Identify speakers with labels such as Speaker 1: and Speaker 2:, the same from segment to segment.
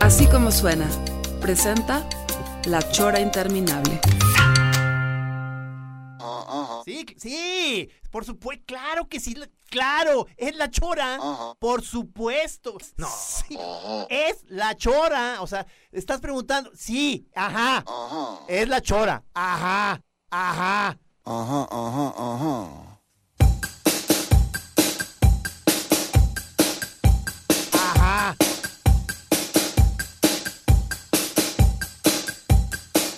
Speaker 1: Así como suena, presenta La Chora Interminable.
Speaker 2: Sí, sí, por supuesto, claro que sí, claro, es la chora, por supuesto. No, sí, es la chora, o sea, estás preguntando, sí, ajá, es la chora, ajá, ajá.
Speaker 3: Ajá, ajá, ajá.
Speaker 2: Ajá.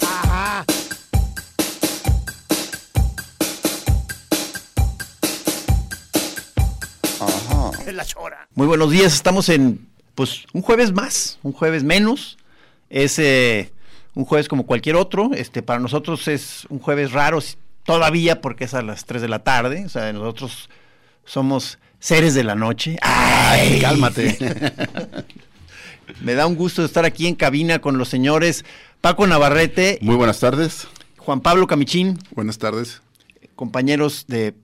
Speaker 2: Ajá. Es la chora.
Speaker 4: Muy buenos días, estamos en pues un jueves más, un jueves menos. Es eh, un jueves como cualquier otro. Este, para nosotros es un jueves raro s- todavía porque es a las 3 de la tarde. O sea, nosotros somos seres de la noche. ¡Ay! Cálmate. Me da un gusto estar aquí en cabina con los señores Paco Navarrete,
Speaker 5: Muy buenas tardes.
Speaker 4: Juan Pablo Camichín,
Speaker 5: Buenas tardes.
Speaker 4: compañeros de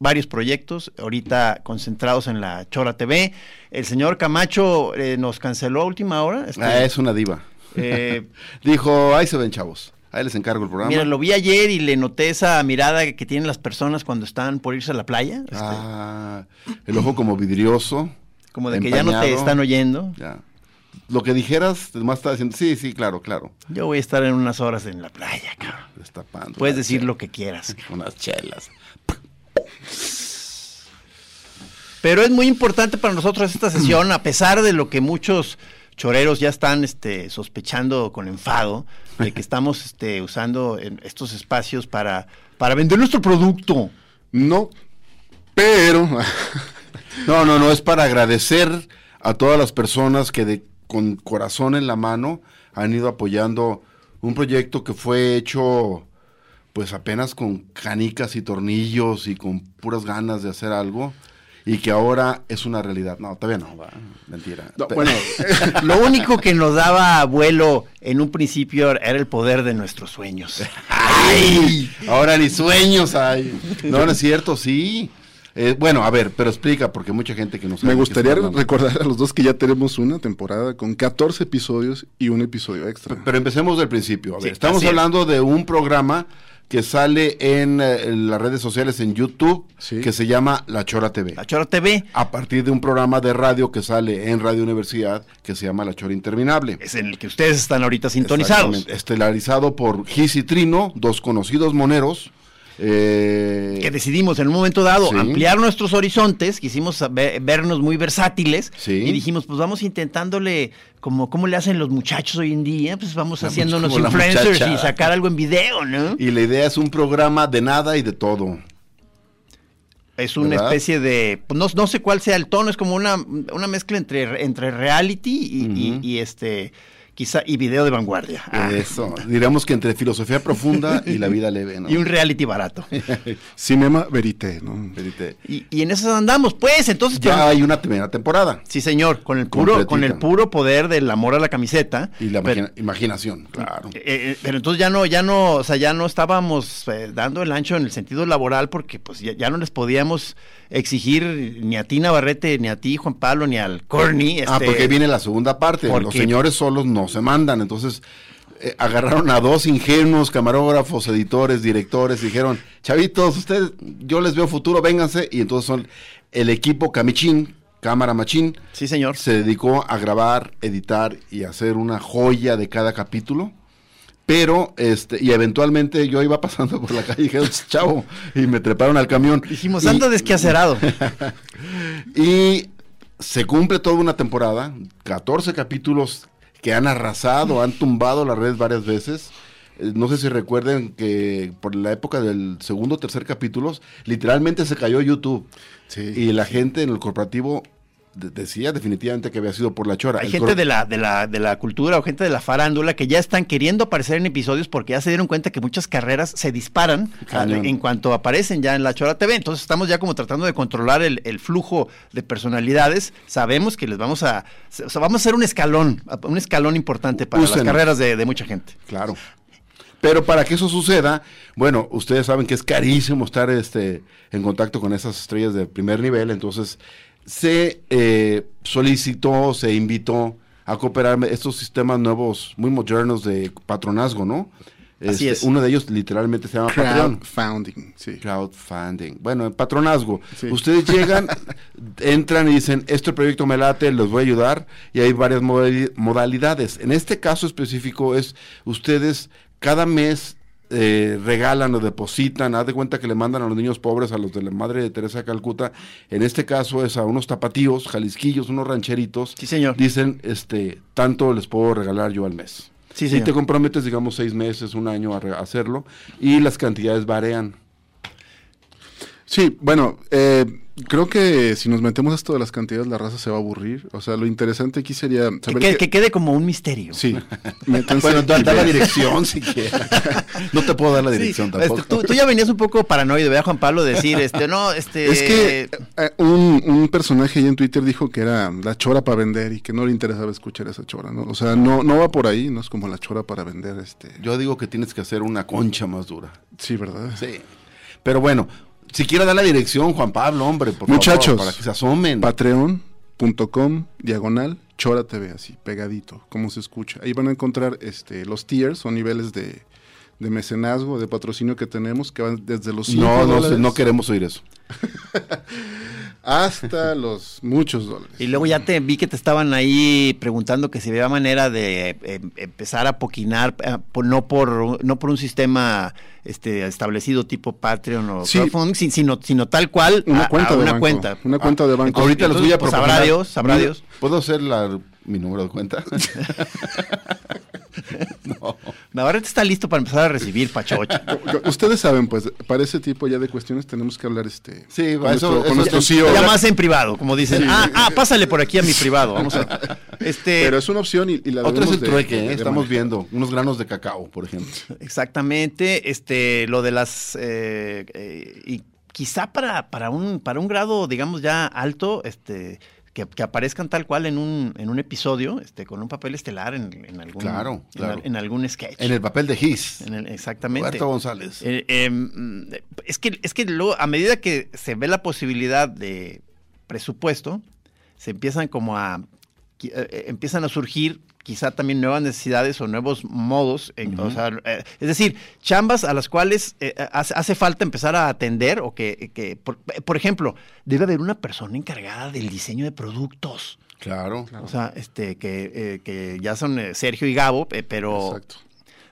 Speaker 4: varios proyectos, ahorita concentrados en la Chora TV. El señor Camacho eh, nos canceló a última hora. este,
Speaker 5: Ah, es una diva.
Speaker 4: eh,
Speaker 5: Dijo, ahí se ven, chavos. Ahí les encargo el programa.
Speaker 4: mira, lo vi ayer y le noté esa mirada que tienen las personas cuando están por irse a la playa, este,
Speaker 5: Ah, el ojo como vidrioso.
Speaker 4: como de que ya no te
Speaker 5: empañado.
Speaker 4: están oyendo.
Speaker 5: Ya. Lo que dijeras, más estaba diciendo, sí, sí, claro, claro.
Speaker 4: Yo voy a estar en unas horas en la playa, cabrón.
Speaker 5: Destapando.
Speaker 4: Puedes
Speaker 5: unas
Speaker 4: decir
Speaker 5: chelas.
Speaker 4: lo que quieras.
Speaker 5: Unas chelas.
Speaker 4: Pero es muy importante para nosotros esta sesión, a pesar de lo que muchos choreros ya están este, sospechando con enfado, de que estamos este, usando en estos espacios para, para vender nuestro producto.
Speaker 5: No, pero. no, no, no, es para agradecer a todas las personas que de, con corazón en la mano han ido apoyando un proyecto que fue hecho, pues apenas con canicas y tornillos y con puras ganas de hacer algo. Y que ahora es una realidad. No, todavía no, va, mentira. Pe-
Speaker 3: bueno,
Speaker 4: Lo único que nos daba vuelo en un principio era el poder de nuestros sueños.
Speaker 5: ¡Ay! Ahora ni sueños hay. No, no es cierto, sí. Eh, bueno, a ver, pero explica, porque mucha gente que nos
Speaker 3: me gustaría recordar a los dos que ya tenemos una temporada con 14 episodios y un episodio extra.
Speaker 5: Pero empecemos del principio. A ver,
Speaker 4: Sí,
Speaker 5: estamos
Speaker 4: así es.
Speaker 5: hablando de un programa que sale en, eh, en las redes sociales en YouTube
Speaker 3: Sí.
Speaker 5: que se llama La Chora TV.
Speaker 4: La Chora TV
Speaker 5: a partir de un programa de radio que sale en Radio Universidad que se llama La Chora Interminable.
Speaker 4: es en el que ustedes están ahorita sintonizados.
Speaker 5: Exactamente. Estelarizado por Gis y Trino, dos conocidos moneros. eh,
Speaker 4: que decidimos en un momento dado
Speaker 5: Sí.
Speaker 4: ampliar nuestros horizontes, quisimos saber- vernos muy versátiles
Speaker 5: Sí.
Speaker 4: y dijimos, pues vamos intentándole como cómo le hacen los muchachos hoy en día, pues vamos
Speaker 5: La
Speaker 4: haciéndonos
Speaker 5: much- Ah, como la
Speaker 4: influencers y
Speaker 5: muchachada.
Speaker 4: sacar algo en video, ¿no?
Speaker 5: y la idea es un programa de nada y de todo.
Speaker 4: es una
Speaker 5: ¿verdad?
Speaker 4: especie de, pues, no, no sé cuál sea el tono, es como una, una mezcla entre, entre reality y, y-
Speaker 5: Ujú.
Speaker 4: y, este quizá y video de vanguardia. Ah,
Speaker 5: Eso. Diríamos que entre filosofía profunda y la vida leve, ¿no?
Speaker 4: Y un reality barato.
Speaker 3: Cinema Verité, ¿no?
Speaker 5: Verité.
Speaker 4: Y, y en eso andamos, pues, entonces pues,
Speaker 5: Ya hay una primera temporada.
Speaker 4: Sí, señor, con el puro, con el
Speaker 5: Completita.
Speaker 4: puro poder del amor a la camiseta.
Speaker 5: Y la
Speaker 4: pero-
Speaker 5: imagina- imaginación, claro.
Speaker 4: Eh, eh, pero entonces ya no, ya no, o sea, ya no estábamos eh, dando el ancho en el sentido laboral porque pues ya, ya no les podíamos exigir ni a ti Navarrete, ni a ti Juan Pablo, ni al Corny.
Speaker 5: ah,
Speaker 4: este,
Speaker 5: porque viene la segunda parte.
Speaker 4: ¿Por
Speaker 5: Los
Speaker 4: qué?
Speaker 5: señores solos no se mandan. Entonces eh, agarraron a dos ingenuos, camarógrafos, editores, directores. y Dijeron, chavitos, ustedes, yo les veo futuro, vénganse. Y entonces son el equipo Camichín, Cámara Machín,
Speaker 4: Sí, señor.
Speaker 5: se dedicó a grabar, editar y hacer una joya de cada capítulo. Pero, este, y eventualmente yo iba pasando por la calle y dije, chavo, y me treparon al camión.
Speaker 4: Dijimos,
Speaker 5: Y-
Speaker 4: anda desquacerado.
Speaker 5: y se cumple toda una temporada, 14 capítulos que han arrasado, han tumbado la red varias veces. eh, No sé si recuerden que por la época del segundo o tercer capítulos, literalmente se cayó YouTube.
Speaker 3: Sí.
Speaker 5: Y la gente en el corporativo de- decía definitivamente que había sido por la chora.
Speaker 4: Hay
Speaker 5: El
Speaker 4: gente
Speaker 5: cor-
Speaker 4: de la, de, la, de la cultura o gente de la farándula que ya están queriendo aparecer en episodios porque ya se dieron cuenta que muchas carreras se disparan
Speaker 5: Cañón.
Speaker 4: al- en cuanto aparecen ya en la Chora TV. Entonces estamos ya como tratando de controlar el, el flujo de personalidades. Sabemos que les vamos a... O sea, vamos a hacer un escalón, un escalón importante para las
Speaker 5: Úsenos.
Speaker 4: carreras de, de mucha gente.
Speaker 5: Claro. Pero para que eso suceda, bueno, ustedes saben que es carísimo estar este, en contacto con esas estrellas de primer nivel, entonces se eh, solicitó, se invitó a cooperar estos sistemas nuevos, muy modernos de patronazgo, ¿no? Este,
Speaker 4: Así es.
Speaker 5: Uno de ellos literalmente se llama Patreon.
Speaker 3: Crowdfunding, sí.
Speaker 5: Crowdfunding. Bueno, patronazgo.
Speaker 3: Sí.
Speaker 5: Ustedes llegan, entran y dicen, este proyecto me late, los voy a ayudar. Y hay varias modali- modalidades. En este caso específico es, ustedes cada mes eh, regalan o depositan, haz de cuenta que le mandan a los niños pobres, a los de la madre de Teresa de Calcuta. En este caso es a unos tapatíos, jalisquillos, unos rancheritos.
Speaker 4: Sí, señor.
Speaker 5: Dicen, este, tanto les puedo regalar yo al mes.
Speaker 4: Sí,
Speaker 5: Y
Speaker 4: señor.
Speaker 5: te comprometes, digamos, seis meses, un año a re- hacerlo. Y las cantidades varían.
Speaker 3: Sí, bueno, eh, creo que si nos metemos a esto de las cantidades, la raza se va a aburrir. O sea, lo interesante aquí sería
Speaker 4: Que,
Speaker 3: saber
Speaker 4: que- que quede como un misterio.
Speaker 3: Sí. eh, métanse
Speaker 5: Bueno, da,
Speaker 3: y
Speaker 5: da la
Speaker 3: vean.
Speaker 5: dirección si quieres. No te puedo dar la
Speaker 4: Sí,
Speaker 5: dirección
Speaker 4: este,
Speaker 5: tampoco.
Speaker 4: tú, tú ya venías un poco paranoido, ¿verdad, Juan Pablo? Decir, este, no, este...
Speaker 3: Es que eh, un, un personaje ahí en Twitter dijo que era la chora para vender y que no le interesaba escuchar esa chora, ¿no? O sea, no, no va por ahí, no es como la chora para vender, este.
Speaker 5: Yo digo que tienes que hacer una concha más dura.
Speaker 3: Sí, ¿verdad?
Speaker 5: Sí. Pero bueno, si quieres dar la dirección, Juan Pablo, hombre, por favor,
Speaker 3: Muchachos.
Speaker 5: para que se asomen.
Speaker 3: Patreon.com diagonal Chora TV, así, pegadito, como se escucha. Ahí van a encontrar este los tiers o niveles de, de mecenazgo, de patrocinio que tenemos, que van desde los 5
Speaker 5: No, no,
Speaker 3: dólares
Speaker 5: no queremos oír eso.
Speaker 3: hasta los muchos dólares.
Speaker 4: Y luego ya te vi que te estaban ahí preguntando que si había manera de eh, empezar a poquinar, eh, por- no por no por un sistema este establecido tipo Patreon o
Speaker 3: Sí.
Speaker 4: crowdfunding, si- sino, sino tal cual
Speaker 3: Una
Speaker 4: a-
Speaker 3: cuenta
Speaker 4: a
Speaker 3: de
Speaker 4: una
Speaker 3: banco,
Speaker 4: cuenta.
Speaker 3: una cuenta de banco.
Speaker 4: Ahorita
Speaker 5: Ahorita les voy a
Speaker 4: pues,
Speaker 5: proponer.
Speaker 4: sabrá Dios, sabrá Dios.
Speaker 5: ¿Puedo hacer la- mi número de cuenta?
Speaker 4: Navarrete este está listo para empezar a recibir pachocha.
Speaker 3: Ustedes saben, pues, para ese tipo ya de cuestiones tenemos que hablar este
Speaker 5: Sí,
Speaker 3: con
Speaker 5: eso-
Speaker 3: nuestro, con
Speaker 5: eso-
Speaker 3: nuestro E
Speaker 5: eso-
Speaker 3: CEO.
Speaker 4: Ya más en privado, como dicen. Ah, ah, pásale por aquí a mi privado. Vamos a. Este,
Speaker 3: Pero es una opción y, y la
Speaker 5: Otro es el
Speaker 3: debemos de-
Speaker 5: trueque, ¿eh?
Speaker 3: de- de
Speaker 5: estamos
Speaker 3: manejar.
Speaker 5: viendo. Unos granos de cacao, por ejemplo.
Speaker 4: Exactamente, este, lo de las eh, eh, y quizá para, para un para un grado, digamos ya alto, este, que, que aparezcan tal cual en un en un episodio, este, con un papel estelar en, en algún
Speaker 5: Claro,
Speaker 4: en
Speaker 5: claro.
Speaker 4: al- en, algún sketch,
Speaker 5: En el papel de Gis.
Speaker 4: En el- exactamente.
Speaker 5: Roberto González.
Speaker 4: Eh, eh, mm, es que, es que luego, a medida que se ve la posibilidad de presupuesto, se empiezan como a. qui- eh, eh, empiezan a surgir quizá también nuevas necesidades o nuevos modos. en- o sea, eh, es decir, chambas a las cuales eh, hace, hace falta empezar a atender o que. que, por, eh, por ejemplo, debe haber una persona encargada del diseño de productos.
Speaker 5: Claro.
Speaker 4: O sea, este, que, eh, que ya son eh, Sergio y Gabo, eh, pero.
Speaker 3: Exacto.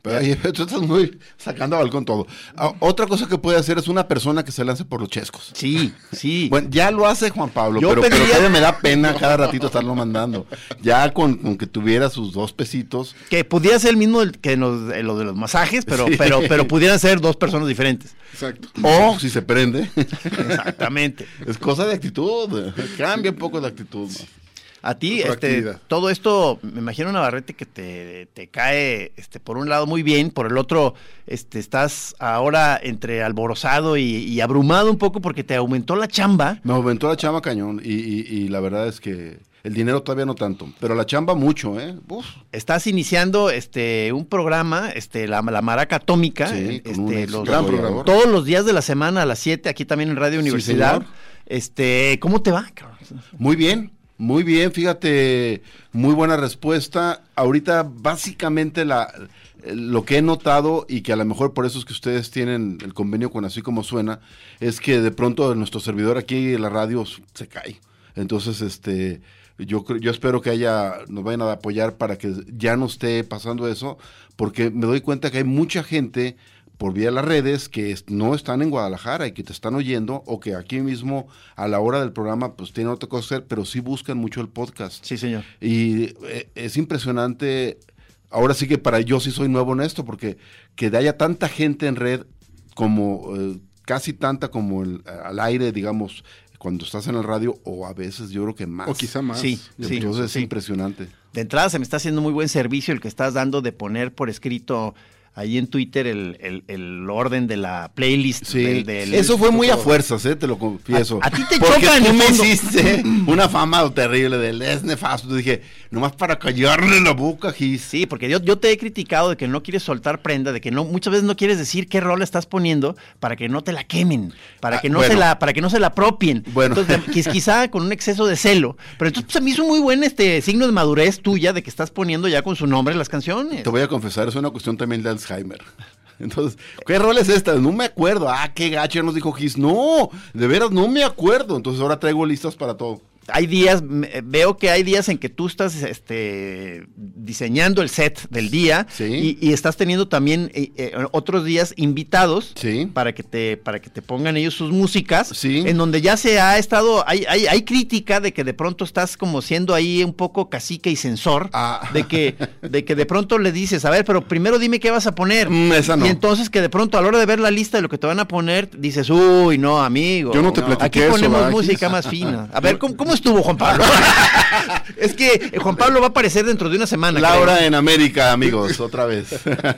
Speaker 5: Pero, oye, pero tú estás muy sacando a balcón todo. Ah, otra cosa que puede hacer es una persona que se lance por los chescos.
Speaker 4: Sí, sí.
Speaker 5: Bueno, ya lo hace Juan Pablo,
Speaker 4: Yo
Speaker 5: pero, pero
Speaker 4: pediría-
Speaker 5: todavía me da pena cada ratito estarlo mandando. Ya con, con que tuviera sus dos pesitos.
Speaker 4: Que pudiera ser el mismo del- que nos- eh, lo de los masajes, pero,
Speaker 5: Sí.
Speaker 4: pero, pero pudieran ser dos personas diferentes.
Speaker 3: Exacto.
Speaker 5: O si se prende.
Speaker 4: Exactamente.
Speaker 5: Es cosa de actitud. Cambia un poco de actitud. ¿no?
Speaker 4: A ti,
Speaker 3: Mejor
Speaker 4: este,
Speaker 3: actividad.
Speaker 4: todo esto, me imagino, Navarrete, que te, te cae este, por un lado muy bien, por el otro, este, estás ahora entre alborozado y, y abrumado un poco porque te aumentó la chamba.
Speaker 5: Me aumentó la chamba cañón y, y- y la verdad es que el dinero todavía no tanto, pero la chamba mucho, ¿eh? Uf.
Speaker 4: Estás iniciando este un programa, este, la, la maraca atómica,
Speaker 5: Sí,
Speaker 4: este,
Speaker 5: con un ex
Speaker 4: los-
Speaker 5: gran programador.
Speaker 3: programador.
Speaker 4: todos los días de la semana a las 7, aquí también en Radio Universidad.
Speaker 5: señor.
Speaker 4: este, ¿cómo te va, cabrón?
Speaker 5: Muy bien, muy bien, fíjate, muy buena respuesta. Ahorita básicamente la, lo que he notado y que a lo mejor por eso es que ustedes tienen el convenio con así como suena, es que de pronto nuestro servidor aquí en la radio s- se cae. Entonces, este, yo, creo- yo espero que haya, nos vayan a apoyar para que ya no esté pasando eso, porque me doy cuenta que hay mucha gente por vía de las redes que es- no están en Guadalajara y que te están oyendo o que aquí mismo a la hora del programa pues tienen otra cosa que hacer, pero sí buscan mucho el podcast.
Speaker 4: Sí, señor.
Speaker 5: Y eh, es impresionante ahora sí que para yo sí soy nuevo en esto, porque que haya tanta gente en red como eh, casi tanta como el- al aire, digamos, cuando estás en el radio, o a veces yo creo que más.
Speaker 3: O quizá más.
Speaker 4: Sí, sí.
Speaker 5: Entonces es impresionante.
Speaker 4: De entrada se me está haciendo muy buen servicio el que estás dando de poner por escrito ahí en Twitter el, el- el orden de la playlist.
Speaker 5: Sí,
Speaker 4: del- del-
Speaker 5: eso fue muy a fuerzas, eh, te lo confieso.
Speaker 4: A- a ti te
Speaker 5: Porque
Speaker 4: choca en
Speaker 5: tú
Speaker 4: el
Speaker 5: me
Speaker 4: fondo.
Speaker 5: hiciste una fama terrible del es nefasto. Dije, nomás para callarle la boca, Gis.
Speaker 4: Sí, porque yo, yo te he criticado de que no quieres soltar prenda, de que no muchas veces no quieres decir qué rol estás poniendo para que no te la quemen, para
Speaker 5: Ah,
Speaker 4: que no
Speaker 5: bueno.
Speaker 4: se la para que no se la apropien.
Speaker 5: Bueno.
Speaker 4: Entonces, quiz- quizá con un exceso de celo, pero entonces pues, se me hizo muy buen este signo de madurez tuya de que estás poniendo ya con su nombre las canciones.
Speaker 5: Te voy a confesar, es una cuestión también de Alzheimer. Entonces, ¿qué rol es esta? No me acuerdo. Ah, qué gacha nos dijo Gis. No, de veras no me acuerdo. Entonces ahora traigo listas para todo.
Speaker 4: Hay días, me- veo que hay días en que tú estás este, diseñando el set del día
Speaker 5: Sí.
Speaker 4: y, y estás teniendo también eh, eh, otros días invitados
Speaker 5: Sí.
Speaker 4: para que te para que te pongan ellos sus músicas
Speaker 5: Sí.
Speaker 4: en donde ya se ha estado hay, hay hay crítica de que de pronto estás como siendo ahí un poco cacique y censor
Speaker 5: Ah.
Speaker 4: de que de que de pronto le dices a ver pero primero dime qué vas a poner
Speaker 5: Mm, esa no.
Speaker 4: y entonces que de pronto a la hora de ver la lista de lo que te van a poner dices uy no amigo
Speaker 3: Yo no te platiqué
Speaker 4: aquí
Speaker 3: eso,
Speaker 4: ponemos
Speaker 3: ¿verdad?
Speaker 4: música más fina a ver cómo, cómo estuvo Juan Pablo es que eh, Juan Pablo va a aparecer dentro de una semana creo.
Speaker 5: Laura en América, amigos, otra vez.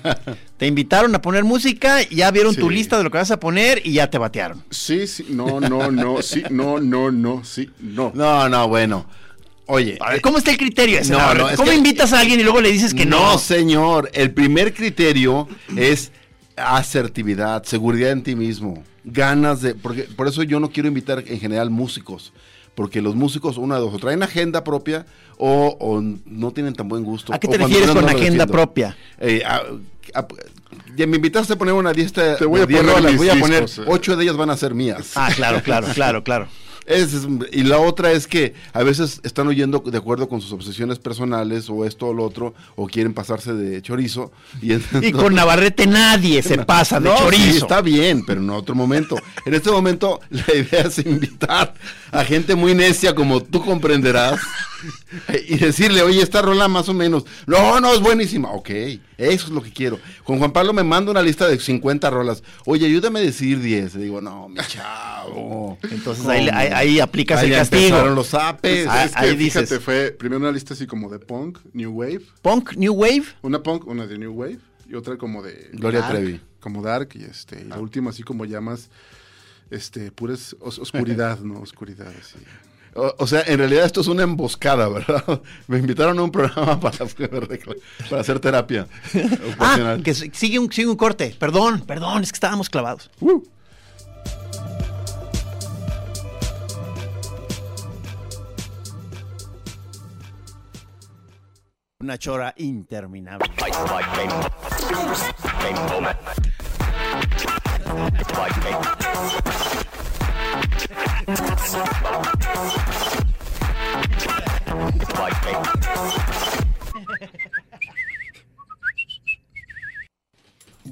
Speaker 4: te invitaron a poner música ya vieron tu
Speaker 3: Sí.
Speaker 4: lista de lo que vas a poner y ya te batearon
Speaker 3: Sí, sí, no, no, no, sí, no, no, no, sí, no.
Speaker 5: No, no, bueno. Oye, eh,
Speaker 4: A ver, ¿cómo está el criterio ese?
Speaker 5: No,
Speaker 4: A ver,
Speaker 5: no, es
Speaker 4: ¿Cómo
Speaker 5: que-
Speaker 4: invitas a alguien y luego le dices que no?
Speaker 5: señor. El primer criterio es asertividad, seguridad en ti mismo, ganas de. Porque, por eso yo no quiero invitar en general músicos. Porque los músicos, una de dos, o traen agenda propia o, o no tienen tan buen gusto.
Speaker 4: ¿A qué
Speaker 5: o
Speaker 4: te
Speaker 5: cuando
Speaker 4: refieres
Speaker 5: menos
Speaker 4: con
Speaker 5: no lo
Speaker 4: agenda
Speaker 5: defiendo.
Speaker 4: propia?
Speaker 5: Eh, a- a- ya me invitaste a poner una lista.
Speaker 3: Te voy
Speaker 5: de
Speaker 3: a
Speaker 5: diez
Speaker 3: poner
Speaker 5: rolas,
Speaker 3: mis
Speaker 5: voy a poner
Speaker 3: discos, eh.
Speaker 5: ocho de ellas van a ser mías.
Speaker 4: Ah, claro, claro, claro, claro.
Speaker 5: Es- es- y la otra es que a veces están huyendo de acuerdo con sus obsesiones personales o esto o lo otro, o quieren pasarse de chorizo. Y,
Speaker 4: Y con Navarrete nadie se pasa de
Speaker 5: No, sí,
Speaker 4: chorizo.
Speaker 5: está bien, pero en otro momento. En este momento la idea es invitar a gente muy necia como tú comprenderás y decirle, oye, esta rola más o menos. No, no, es buenísima. Ok, eso es lo que quiero. Con Juan Pablo me manda una lista de 50 rolas. Oye, ayúdame a decir 10. Le digo, no, mi chavo.
Speaker 4: Entonces ahí, ahí- ahí aplicas
Speaker 5: Ahí
Speaker 4: el
Speaker 5: ya
Speaker 4: castigo.
Speaker 5: empezaron los apes.
Speaker 4: Ah,
Speaker 3: es que,
Speaker 4: ahí
Speaker 3: fíjate,
Speaker 4: dices.
Speaker 3: fue primero una lista así como de punk, new wave,
Speaker 4: Punk, New Wave.
Speaker 3: una punk, una de new wave y otra como de
Speaker 5: Gloria Trevi. Ah.
Speaker 3: como dark y este, y la última así como llamas este, pura os- oscuridad, ¿no? Oscuridad, así.
Speaker 5: O, o sea, en realidad esto es una emboscada, ¿verdad? Me invitaron a un programa para, para hacer terapia
Speaker 4: Ah,
Speaker 5: ocupacional.
Speaker 4: que s- sigue un, sigue un corte. Perdón, perdón, es que estábamos clavados.
Speaker 5: Uh.
Speaker 4: Una chora interminable.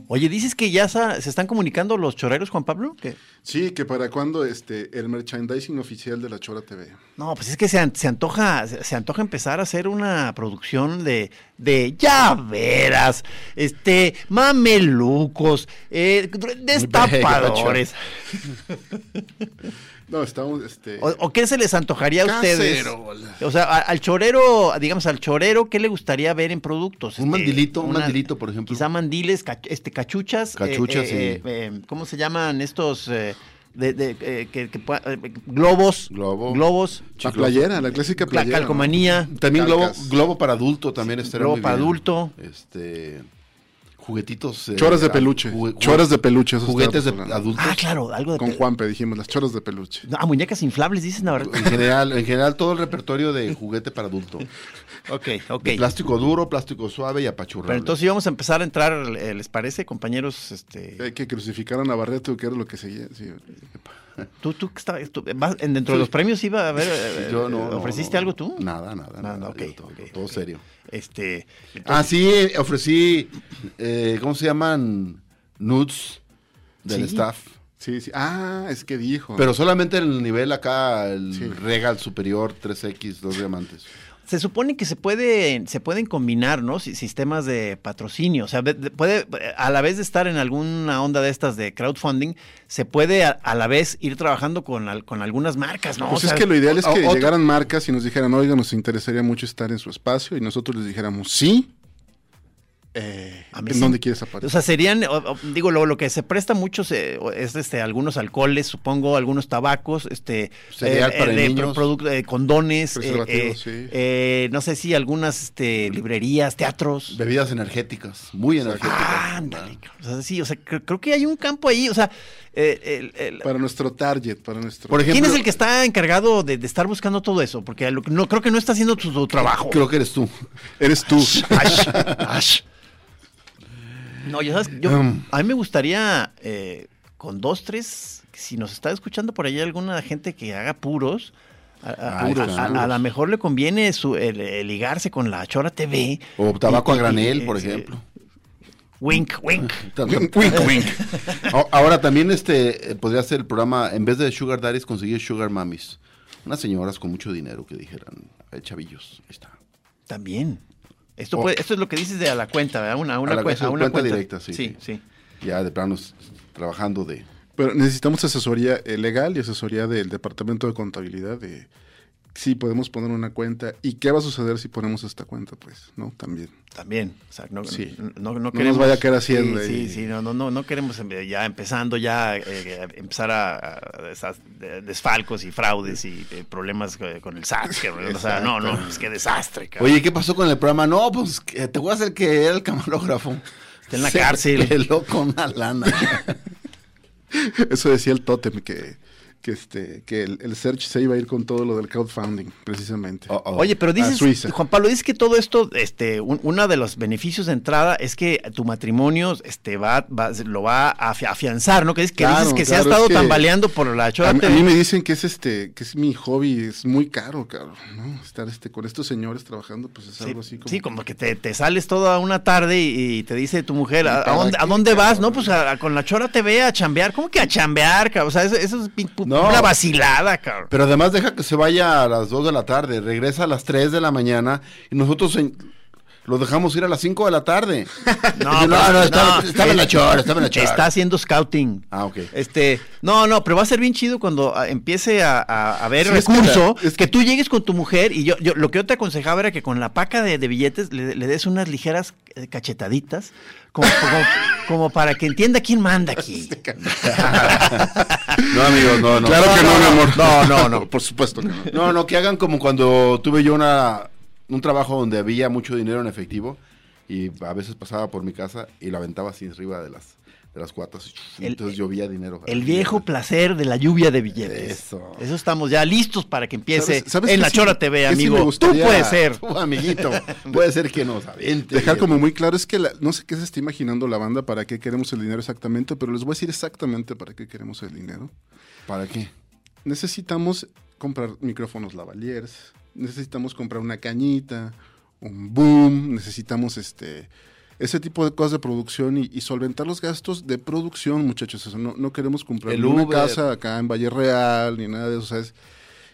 Speaker 4: Oye, ¿dices que ya sa- se están comunicando los choreros, Juan Pablo? ¿Qué?
Speaker 3: Sí, que para cuando este, el merchandising oficial de la Chora TV.
Speaker 4: No, pues es que se, an- se antoja, se, se antoja empezar a hacer una producción de, de llaveras, este, mamelucos, eh, dr- destapadores.
Speaker 3: No, estamos, este,
Speaker 4: ¿O, o qué se les antojaría a ustedes?
Speaker 3: Cacerola.
Speaker 4: O sea, a- al chorero, digamos, al chorero, ¿qué le gustaría ver en productos? Este,
Speaker 5: Un mandilito, un mandilito, por ejemplo.
Speaker 4: Quizá mandiles, cach- este, cachuchas. eh,
Speaker 5: Cachuchas,
Speaker 4: eh,
Speaker 5: sí.
Speaker 4: eh, eh, ¿Cómo se llaman estos? eh, de, de, eh, que- que pueda- eh, globos.
Speaker 5: Globo.
Speaker 4: Globos.
Speaker 3: la playera, la clásica
Speaker 4: La
Speaker 3: playera. ¿no?
Speaker 4: calcomanía.
Speaker 5: También globo,
Speaker 3: Calcas.
Speaker 5: globo para adulto también estaría
Speaker 4: globo
Speaker 5: muy
Speaker 4: para
Speaker 5: bien.
Speaker 4: adulto.
Speaker 5: Este juguetitos eh,
Speaker 3: Choras de
Speaker 5: ah,
Speaker 3: peluche.
Speaker 5: jugue- jugue-
Speaker 3: Choras de peluche, eso
Speaker 5: Juguetes de
Speaker 3: estábamos hablando.
Speaker 5: adultos.
Speaker 4: Ah, claro, algo de.
Speaker 3: Con
Speaker 4: pe-
Speaker 3: Juanpe dijimos, las choras de peluche.
Speaker 4: Ah, muñecas inflables, dicen ahora.
Speaker 5: En general, en general todo el repertorio de juguete para adulto.
Speaker 4: ok, ok.
Speaker 5: De Plástico duro, plástico suave y apachurrado.
Speaker 4: Pero entonces íbamos a empezar a entrar, eh, ¿les parece, compañeros? Este,
Speaker 3: Hay que crucificar a Navarrete, que era lo que seguía. sí.
Speaker 4: ¿Tú, tú que estabas- tú- vas- en- dentro de los premios iba a haber, eh,
Speaker 5: Yo no, no,
Speaker 4: ¿Ofreciste
Speaker 5: no,
Speaker 4: algo
Speaker 5: no.
Speaker 4: tú?
Speaker 5: Nada, nada,
Speaker 4: Nada,
Speaker 5: nada. yo
Speaker 4: ok,
Speaker 5: todo,
Speaker 4: ok,
Speaker 5: todo
Speaker 4: ok.
Speaker 5: serio.
Speaker 4: Este,
Speaker 5: Ah, sí, eh, ofrecí, eh, ¿cómo se llaman? Nudes del
Speaker 4: Sí.
Speaker 5: staff.
Speaker 3: Sí, sí. Ah, es que dijo.
Speaker 5: Pero solamente en el nivel acá, el
Speaker 3: Sí.
Speaker 5: regal superior 3X, dos diamantes.
Speaker 4: Se supone que se pueden, se pueden combinar, ¿no? Si- Sistemas de patrocinio. O sea, ve- de- puede, a la vez de estar en alguna onda de estas de crowdfunding, se puede a, a la vez ir trabajando con, al- con algunas marcas, ¿no?
Speaker 3: Pues
Speaker 4: O
Speaker 3: es
Speaker 4: sea,
Speaker 3: que lo ideal es
Speaker 5: o-
Speaker 3: que
Speaker 5: otro-
Speaker 3: llegaran marcas y nos dijeran, oiga, nos interesaría mucho estar en su espacio y nosotros les dijéramos, sí, eh,
Speaker 4: A mí
Speaker 3: ¿en
Speaker 4: sí.
Speaker 3: dónde quieres
Speaker 4: O
Speaker 3: aparecer?
Speaker 4: sea, serían, o- o- digo, lo, lo que se presta mucho se- o- es este, algunos alcoholes, supongo, algunos tabacos, este,
Speaker 5: Cereal para
Speaker 4: de
Speaker 5: niños.
Speaker 4: producto- eh, condones, eh,
Speaker 3: Preservativos,
Speaker 4: eh,
Speaker 3: sí.
Speaker 4: eh, no sé si algunas este, librerías, teatros.
Speaker 5: Bebidas energéticas, muy energéticas.
Speaker 4: Ándale, cabrón. o sea, sí, o sea, cre- creo, que hay un campo ahí, o sea, eh, el- el-
Speaker 3: para nuestro target, para nuestro...
Speaker 5: Por
Speaker 4: ¿quién
Speaker 5: ejemplo,
Speaker 4: es el que está encargado de, de estar buscando todo eso? Porque lo que- no creo que no está haciendo su, su trabajo.
Speaker 5: Creo que eres tú.
Speaker 3: Eres tú.
Speaker 4: Ash, ash. No, ya sabes, yo,
Speaker 5: Um.
Speaker 4: a mí me gustaría eh, con dos, tres, si nos está escuchando por ahí alguna gente que haga puros, a, a-
Speaker 5: Ahí
Speaker 4: a-
Speaker 5: está.
Speaker 4: a- a lo mejor le conviene su- el- el ligarse con la Chora TV.
Speaker 5: O tabaco
Speaker 4: Y-
Speaker 5: a
Speaker 4: y-
Speaker 5: granel,
Speaker 4: y-
Speaker 5: por
Speaker 4: sí.
Speaker 5: ejemplo. Ah.
Speaker 4: Wink, wink.
Speaker 5: Ta- ta-
Speaker 3: wink, wink, wink.
Speaker 5: A- Ahora también este eh, podría ser el programa, en vez de Sugar Daddies, conseguir Sugar Mummies. Unas señoras con mucho dinero que dijeran, "Eh, chavillos, ahí está.
Speaker 4: También. Esto,
Speaker 5: O-
Speaker 4: puede- esto es lo que dices de a la cuenta, ¿verdad? Una, una
Speaker 5: A la
Speaker 4: cuen-
Speaker 5: cuenta-
Speaker 4: a una
Speaker 5: cuenta directa, sí,
Speaker 4: Sí,
Speaker 5: sí.
Speaker 4: sí.
Speaker 5: Ya de planos trabajando de...
Speaker 3: Pero necesitamos asesoría eh, legal y asesoría del Departamento de Contabilidad de si podemos poner una cuenta y qué va a suceder si ponemos esta cuenta, pues, ¿no? También.
Speaker 4: También. O sea, no,
Speaker 3: Sí.
Speaker 4: no- no,
Speaker 3: nos
Speaker 4: queremos.
Speaker 3: vaya a quedar haciendo
Speaker 4: Sí,
Speaker 3: ahí.
Speaker 4: sí, sí, no, no, no, no queremos em- ya empezando ya eh, empezar a, a esas de- desfalcos y fraudes y eh, problemas co- con el SAT. que, o sea, no, no, es que desastre, cabrón.
Speaker 5: Oye, ¿qué pasó con el programa? No, pues que te voy a hacer que era el camarógrafo.
Speaker 4: Está en la
Speaker 5: Se
Speaker 4: cárcel.
Speaker 5: peló con una lana.
Speaker 3: Eso decía el tótem, que, que, este, que el, el search se iba a ir con todo lo del crowdfunding, precisamente.
Speaker 5: Oh, oh.
Speaker 4: Oye, pero
Speaker 3: a
Speaker 4: dices,
Speaker 3: Suiza.
Speaker 4: Juan Pablo, dices que todo esto, este, un- uno de los beneficios de entrada es que tu matrimonio este, va, va- lo va a afi- afianzar, ¿no? Que, dices- que
Speaker 3: Claro,
Speaker 4: dices que se ha
Speaker 3: claro,
Speaker 4: estado
Speaker 3: es que-
Speaker 4: tambaleando por la
Speaker 3: A,
Speaker 4: chora
Speaker 3: mí- a
Speaker 4: TV.
Speaker 3: mí me dicen que es este, que es mi hobby, es muy caro, cabrón, ¿no? Estar este con estos señores trabajando, pues es
Speaker 4: Sí,
Speaker 3: algo así como.
Speaker 4: sí, como que te, te sales toda una tarde y, y te dice tu mujer, ¿a, a
Speaker 3: ¿Para
Speaker 4: dónde,
Speaker 3: qué,
Speaker 4: a dónde vas? No,
Speaker 3: cabrón?
Speaker 4: pues a- a- con la chora TV a chambear. ¿Cómo que a chambear, cabrón? O sea, eso, eso es pi- pu-
Speaker 5: No.
Speaker 4: una vacilada, cabrón.
Speaker 5: Pero además deja que se vaya a las 2 de la tarde, regresa a las 3 de la mañana y nosotros en- lo dejamos ir a las 5 de la tarde.
Speaker 4: No,
Speaker 5: Dice, no,
Speaker 4: pero-
Speaker 5: no, Eh, estaba,
Speaker 4: no.
Speaker 5: estaba en la chora, estaba en la chora.
Speaker 4: Está haciendo scouting.
Speaker 5: Ah, ok.
Speaker 4: Este, no, no, pero va a ser bien chido cuando ah, empiece a, a- a ver
Speaker 3: Sí, es que
Speaker 4: recurso.
Speaker 3: la- es
Speaker 4: que tú llegues con tu mujer y yo, yo lo que yo te aconsejaba era que con la paca de, de billetes le, le des unas ligeras eh, cachetaditas como, como- como para que entienda quién manda aquí.
Speaker 5: No, amigos, no, no.
Speaker 3: Claro que no, mi amor.
Speaker 5: No, no, no.
Speaker 3: Por supuesto que no.
Speaker 5: No, no, que hagan como cuando tuve yo una, un trabajo donde había mucho dinero en efectivo y a veces pasaba por mi casa y lo aventaba así arriba de las, de las cuatas. y
Speaker 4: El-
Speaker 5: entonces llovía dinero.
Speaker 4: El viejo placer de la lluvia de billetes.
Speaker 5: Eso.
Speaker 4: Eso. estamos ya listos para que empiece
Speaker 3: ¿Sabes- sabes
Speaker 4: en
Speaker 3: qué
Speaker 4: la
Speaker 3: sí-
Speaker 4: Chora TV,
Speaker 3: qué sí me
Speaker 4: amigo. Tú
Speaker 3: gustaría?
Speaker 4: puedes ser.
Speaker 5: Tú, amiguito, puede ser que nos aviente.
Speaker 3: Dejar como muy claro, es que la- no sé qué se está imaginando la banda para qué queremos el dinero exactamente, pero les voy a decir exactamente para qué queremos el dinero.
Speaker 5: ¿Para qué?
Speaker 3: Necesitamos comprar micrófonos lavaliers, necesitamos comprar una cañita, un boom, necesitamos este ese tipo de cosas de producción y, y solventar los gastos de producción, muchachos. Eso no, no queremos comprar
Speaker 5: El
Speaker 3: ni una
Speaker 5: Uber.
Speaker 3: casa acá en Valle Real ni nada de eso. o sea, es,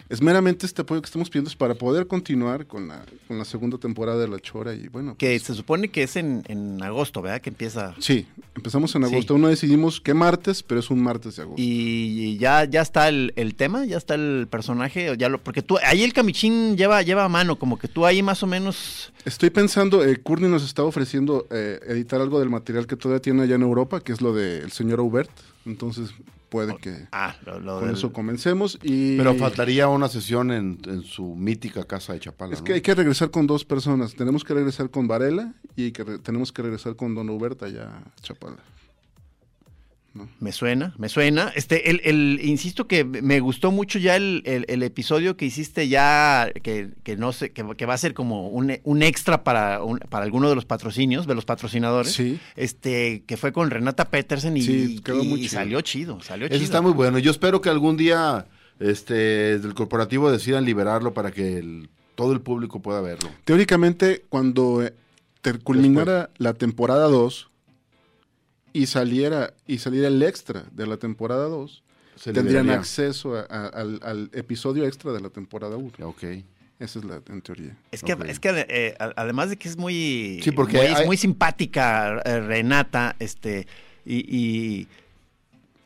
Speaker 3: es meramente este apoyo que estamos pidiendo es para poder continuar con la, con la segunda temporada de La Chora y bueno.
Speaker 4: Que
Speaker 3: pues,
Speaker 4: se supone que es en, en agosto, ¿verdad? Que empieza.
Speaker 3: Sí, empezamos en
Speaker 4: Sí.
Speaker 3: agosto. Uno decidimos qué martes, pero es un martes de agosto.
Speaker 4: Y, y ya, ya está el, el tema, ya está el personaje, ya lo, porque tú, ahí el camichín lleva, lleva a mano, como que tú ahí más o menos.
Speaker 3: Estoy pensando, eh, Courtney nos está ofreciendo eh, editar algo del material que todavía tiene allá en Europa, que es lo del señor Aubert. Entonces puede que
Speaker 4: Ah, lo, lo
Speaker 3: con
Speaker 4: del-
Speaker 3: eso comencemos. Y
Speaker 5: Pero faltaría una sesión en, en su mítica casa de Chapala.
Speaker 3: Es
Speaker 5: ¿no?
Speaker 3: que hay que regresar con dos personas. Tenemos que regresar con Varela y que re- tenemos que regresar con Don Aubert allá a Chapala.
Speaker 4: Me suena, me suena. Este, el, el- insisto que me gustó mucho ya el, el- el episodio que hiciste ya, que, que no sé, que, que va a ser como un, un extra para, un- para alguno de los patrocinios, de los patrocinadores.
Speaker 3: Sí.
Speaker 4: Este, que fue con Renata Petersen y,
Speaker 3: Sí, quedó
Speaker 4: y-
Speaker 3: muy
Speaker 4: y
Speaker 3: chido.
Speaker 4: salió chido, salió
Speaker 5: Ese
Speaker 4: chido.
Speaker 5: está muy bueno. Yo espero que algún día este del corporativo decidan liberarlo para que el- todo el público pueda verlo.
Speaker 3: Teóricamente, cuando eh, ter- culminara la temporada 2 y saliera, y saliera el extra de la temporada 2,
Speaker 5: Se
Speaker 3: tendrían
Speaker 5: liberaría.
Speaker 3: acceso a- a- al, al episodio extra de la temporada 1.
Speaker 5: Ok.
Speaker 3: Esa es la en teoría.
Speaker 4: Es que,
Speaker 3: Ok.
Speaker 4: es que eh, a- además de que es muy,
Speaker 5: Sí, porque
Speaker 4: muy,
Speaker 5: hay-
Speaker 4: muy simpática eh, Renata, este, y, y-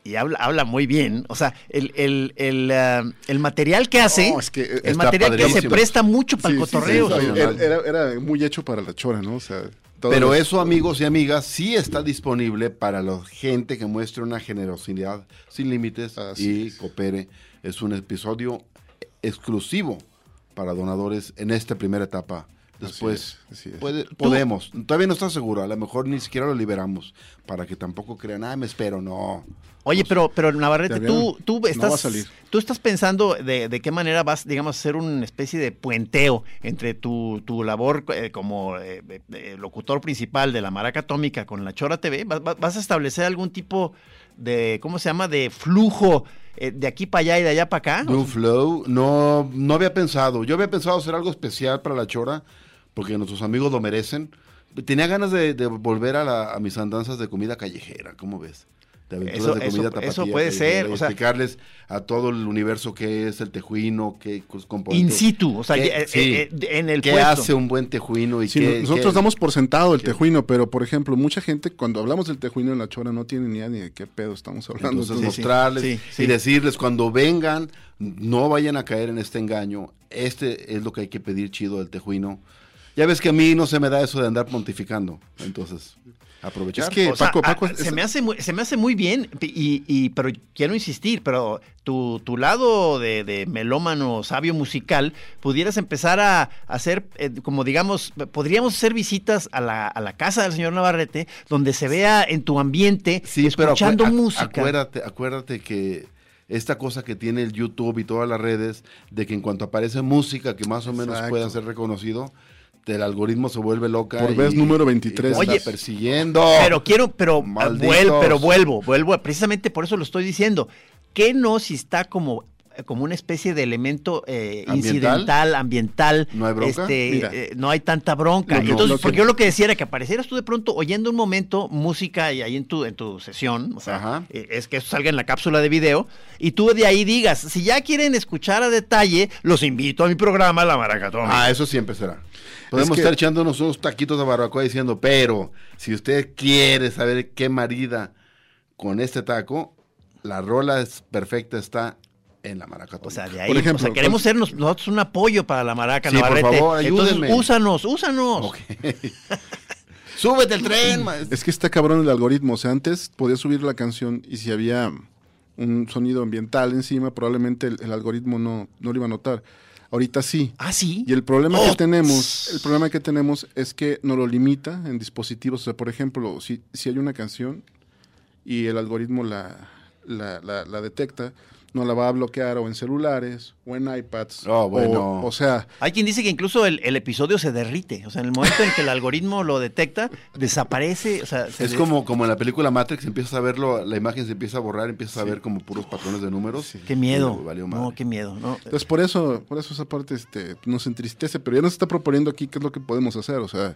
Speaker 4: y habla, habla muy bien. O sea, el, el- el, ah, el material que hace,
Speaker 5: No, es que, eh,
Speaker 4: el
Speaker 5: está
Speaker 4: material que se
Speaker 5: padrísimo.
Speaker 4: presta mucho para
Speaker 3: Sí,
Speaker 4: el
Speaker 3: sí, sí,
Speaker 4: cotorreo.
Speaker 3: sí,
Speaker 4: ¿no?
Speaker 3: era, era- era muy hecho para la chora, ¿no? O sea, todas
Speaker 5: Pero
Speaker 3: las-
Speaker 5: eso, amigos y amigas, sí está disponible para la gente que muestre una generosidad sin límites
Speaker 3: Así
Speaker 5: y
Speaker 3: es.
Speaker 5: coopere. Es un episodio exclusivo para donadores en esta primera etapa. Después
Speaker 3: es, así es.
Speaker 5: puede- podemos, todavía no está seguro, a lo mejor ni siquiera lo liberamos para que tampoco crean, ah, me espero, no.
Speaker 4: Oye, pero, pero Navarrete, tú,
Speaker 3: Adrián,
Speaker 4: tú
Speaker 3: Pues, no
Speaker 4: estás,
Speaker 3: va a salir.
Speaker 4: tú estás pensando de, de qué manera vas, digamos, a hacer una especie de puenteo entre tu, tu labor eh, como eh, eh, eh, locutor principal de la Maraca Atómica con la Chora TV. ¿Vas, vas- vas a establecer algún tipo de, ¿cómo se llama?, de flujo eh, de aquí para allá y de allá para acá.
Speaker 5: Blue Flow, no, no había pensado. Yo había pensado hacer algo especial para la chora, porque nuestros amigos lo merecen. Tenía ganas de, de volver a, la- a mis andanzas de comida callejera, ¿cómo ves? De aventuras
Speaker 4: Eso-
Speaker 5: de
Speaker 4: eso-
Speaker 5: comida
Speaker 4: eso
Speaker 5: tapatía.
Speaker 4: puede
Speaker 5: callejera
Speaker 4: ser,
Speaker 5: y
Speaker 4: o sea-
Speaker 5: explicarles a todo el universo qué es el tejuino, qué cos-
Speaker 4: In
Speaker 5: componentes.
Speaker 4: situ, o sea,
Speaker 5: qué-
Speaker 4: eh, eh,
Speaker 5: sí,
Speaker 4: eh, en el
Speaker 5: qué
Speaker 4: puesto.
Speaker 5: hace un buen tejuino y
Speaker 3: Sí,
Speaker 5: qué-
Speaker 3: nosotros
Speaker 5: qué-
Speaker 3: damos por sentado el tejuino, pero por ejemplo, mucha gente cuando hablamos del tejuino en la chora no tiene ni idea ni de qué pedo estamos hablando.
Speaker 5: Entonces
Speaker 3: Entonces,
Speaker 4: sí.
Speaker 5: mostrarles
Speaker 4: Sí, sí.
Speaker 5: y decirles cuando vengan, no vayan a caer en este engaño. Este es lo que hay que pedir chido del tejuino. Ya ves que a mí no se me da eso de andar pontificando. Entonces, aprovechar.
Speaker 3: Es que-
Speaker 4: O sea,
Speaker 3: Paco,
Speaker 4: ah,
Speaker 3: Paco,
Speaker 4: se,
Speaker 3: es-
Speaker 4: me hace muy, se me hace muy bien, pi- y, y- pero quiero insistir, pero tu, tu lado de, de melómano sabio musical, pudieras empezar a hacer, eh, como digamos, podríamos hacer visitas a la, a la casa del señor Navarrete, donde se vea en tu ambiente,
Speaker 5: Sí, pero acu-
Speaker 4: escuchando
Speaker 5: ac-
Speaker 4: música.
Speaker 5: Acuérdate, acuérdate que esta cosa que tiene el YouTube y todas las redes, de que en cuanto aparece música que más o menos
Speaker 3: Exacto.
Speaker 5: pueda ser reconocido, el algoritmo se vuelve loca.
Speaker 3: Por
Speaker 5: y-
Speaker 3: vez número
Speaker 5: y te
Speaker 3: 23.
Speaker 5: anda
Speaker 4: Oye,
Speaker 5: persiguiendo.
Speaker 4: Pero quiero, pero ah, vuelvo,
Speaker 5: Malditos.
Speaker 4: pero vuelvo, vuelvo, a- precisamente por eso lo estoy diciendo. ¿Qué no si está como, como una especie de elemento eh,
Speaker 5: ¿Ambiental?
Speaker 4: incidental, ambiental?
Speaker 5: ¿No hay bronca?
Speaker 4: este,
Speaker 3: Mira.
Speaker 4: eh, no hay tanta bronca.
Speaker 3: No, no,
Speaker 4: Entonces,
Speaker 3: no,
Speaker 4: porque
Speaker 3: no.
Speaker 4: yo lo que decía era que aparecieras tú de pronto oyendo un momento música y ahí en tu, en tu sesión, o sea,
Speaker 5: Ajá.
Speaker 4: eh, es que eso salga en la cápsula de video, y tú de ahí digas, si ya quieren escuchar a detalle, los invito a mi programa La Maracatón.
Speaker 5: Ah, eso siempre será. Podemos
Speaker 3: Es que-
Speaker 5: estar echándonos unos taquitos de barbacoa diciendo, pero si usted quiere saber qué marida con este taco, la rola es perfecta está en la maracatón.
Speaker 4: O sea, de ahí,
Speaker 3: Por ejemplo,
Speaker 4: o sea, queremos
Speaker 3: con-
Speaker 4: ser nos- nosotros un apoyo para la maraca,
Speaker 5: Sí, por
Speaker 4: Navarrete.
Speaker 5: favor, ayúdenme.
Speaker 4: Entonces, úsanos, úsanos.
Speaker 5: Ok. Súbete el tren, maestro.
Speaker 3: es que está cabrón el algoritmo. O sea, antes podía subir la canción y si había un sonido ambiental encima, probablemente el, el algoritmo no, no lo iba a notar. Ahorita sí.
Speaker 4: Ah, sí.
Speaker 3: Y el problema que
Speaker 4: Oh,
Speaker 3: tenemos, el problema que tenemos es que no lo limita en dispositivos. O sea, por ejemplo, si, si hay una canción y el algoritmo la, la, la- la detecta, no la va a bloquear o en celulares o en iPads.
Speaker 5: Oh,
Speaker 3: o-
Speaker 5: bueno.
Speaker 3: O, sea,
Speaker 4: Hay quien dice que incluso el, el episodio se derrite. O sea, en el momento en que el algoritmo lo detecta, desaparece. O sea, se
Speaker 5: Es
Speaker 4: de-
Speaker 5: como, como en la película Matrix, empiezas a verlo, la imagen se empieza a borrar, empiezas a ver como puros patrones de números.
Speaker 4: Qué miedo.
Speaker 5: Y valió madre.
Speaker 4: No, qué miedo. No.
Speaker 3: entonces por eso, por eso esa parte este, nos entristece, pero ya nos está proponiendo aquí qué es lo que podemos hacer. O sea,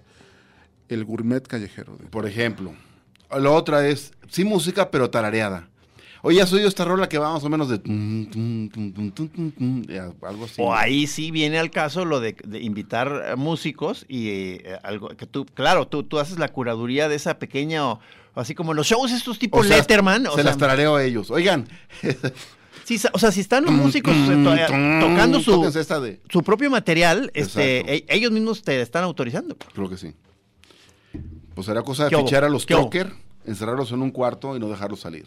Speaker 3: el gourmet callejero.
Speaker 5: Por ejemplo, la otra es, sí música, pero tarareada. Oye, has oído esta rola que va más o menos de... tum, tum, tum, tum, tum, tum, tum, eh, algo así.
Speaker 4: O ahí sí viene al caso lo de, de invitar eh, músicos y eh, algo que tú, claro, tú, tú haces la curaduría de esa pequeña, o- así como los shows estos tipo
Speaker 5: O sea,
Speaker 4: Letterman.
Speaker 5: Se
Speaker 4: o
Speaker 5: las
Speaker 4: sea,
Speaker 5: tarareo a ellos. Oigan.
Speaker 4: Sí, sa- o sea, si están los músicos eh, to- eh, tocando
Speaker 5: Tóquense
Speaker 4: su,
Speaker 5: esta de...
Speaker 4: su propio material,
Speaker 5: Exacto.
Speaker 4: este, e- ellos mismos te están autorizando.
Speaker 5: Creo que sí. Pues será cosa
Speaker 4: ¿Qué
Speaker 5: de
Speaker 4: hubo?
Speaker 5: fichar a los
Speaker 4: ¿Qué hubo?
Speaker 5: troker, encerrarlos en un cuarto y no dejarlos salir.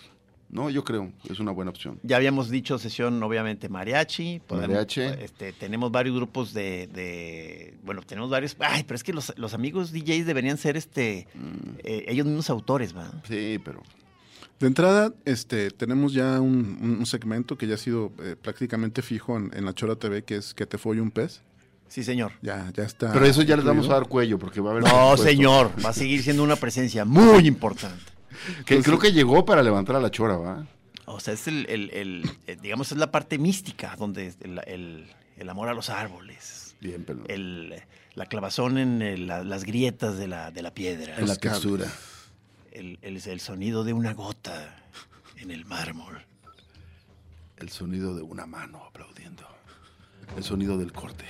Speaker 5: No, yo creo. Es una buena opción.
Speaker 4: Ya habíamos dicho sesión, obviamente, mariachi. podemos-
Speaker 5: Mariachi.
Speaker 4: Este, tenemos varios grupos de, de- Bueno, tenemos varios. Ay, pero es que los, los amigos DJs deberían ser este
Speaker 5: Mm.
Speaker 4: eh, ellos mismos autores, ¿verdad?
Speaker 5: Sí, pero...
Speaker 3: De entrada, este, tenemos ya un, un- un segmento que ya ha sido eh, prácticamente fijo en, en la Chora TV, que es que te folle un pez.
Speaker 4: Sí, señor.
Speaker 3: Ya, ya está.
Speaker 5: Pero eso ya les
Speaker 3: incluido.
Speaker 5: vamos a dar cuello porque va a haber...
Speaker 4: Ah, No,
Speaker 5: presupuesto.
Speaker 4: señor. Va a seguir siendo una presencia muy importante.
Speaker 5: Que creo que llegó para levantar a la chora, ¿va?
Speaker 4: O sea, es el, el- el- eh, digamos, es la parte mística donde el, el- el amor a los árboles,
Speaker 5: Bien, pero...
Speaker 4: el, la clavazón en el- la- las grietas de la, de la piedra,
Speaker 5: en la
Speaker 3: Los cables.
Speaker 5: textura.
Speaker 4: el, el- el sonido de una gota en el mármol.
Speaker 5: El sonido de una mano aplaudiendo. El sonido del corte.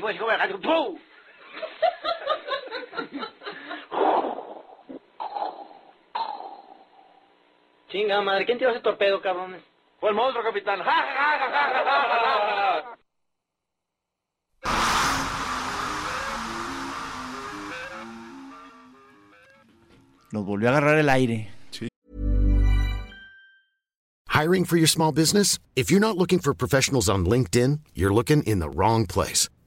Speaker 6: 会奇怪，来就吐。Chinga madre, ¿quién tiró ese torpedo, cabrones? Fue el monstruo, capitán. ¡Ja, ja, ja, ja, ja, ja, ja!
Speaker 4: Nos volvió a agarrar el aire.
Speaker 7: Hiring for your small business? If you're not looking for professionals on LinkedIn, you're looking in the wrong place.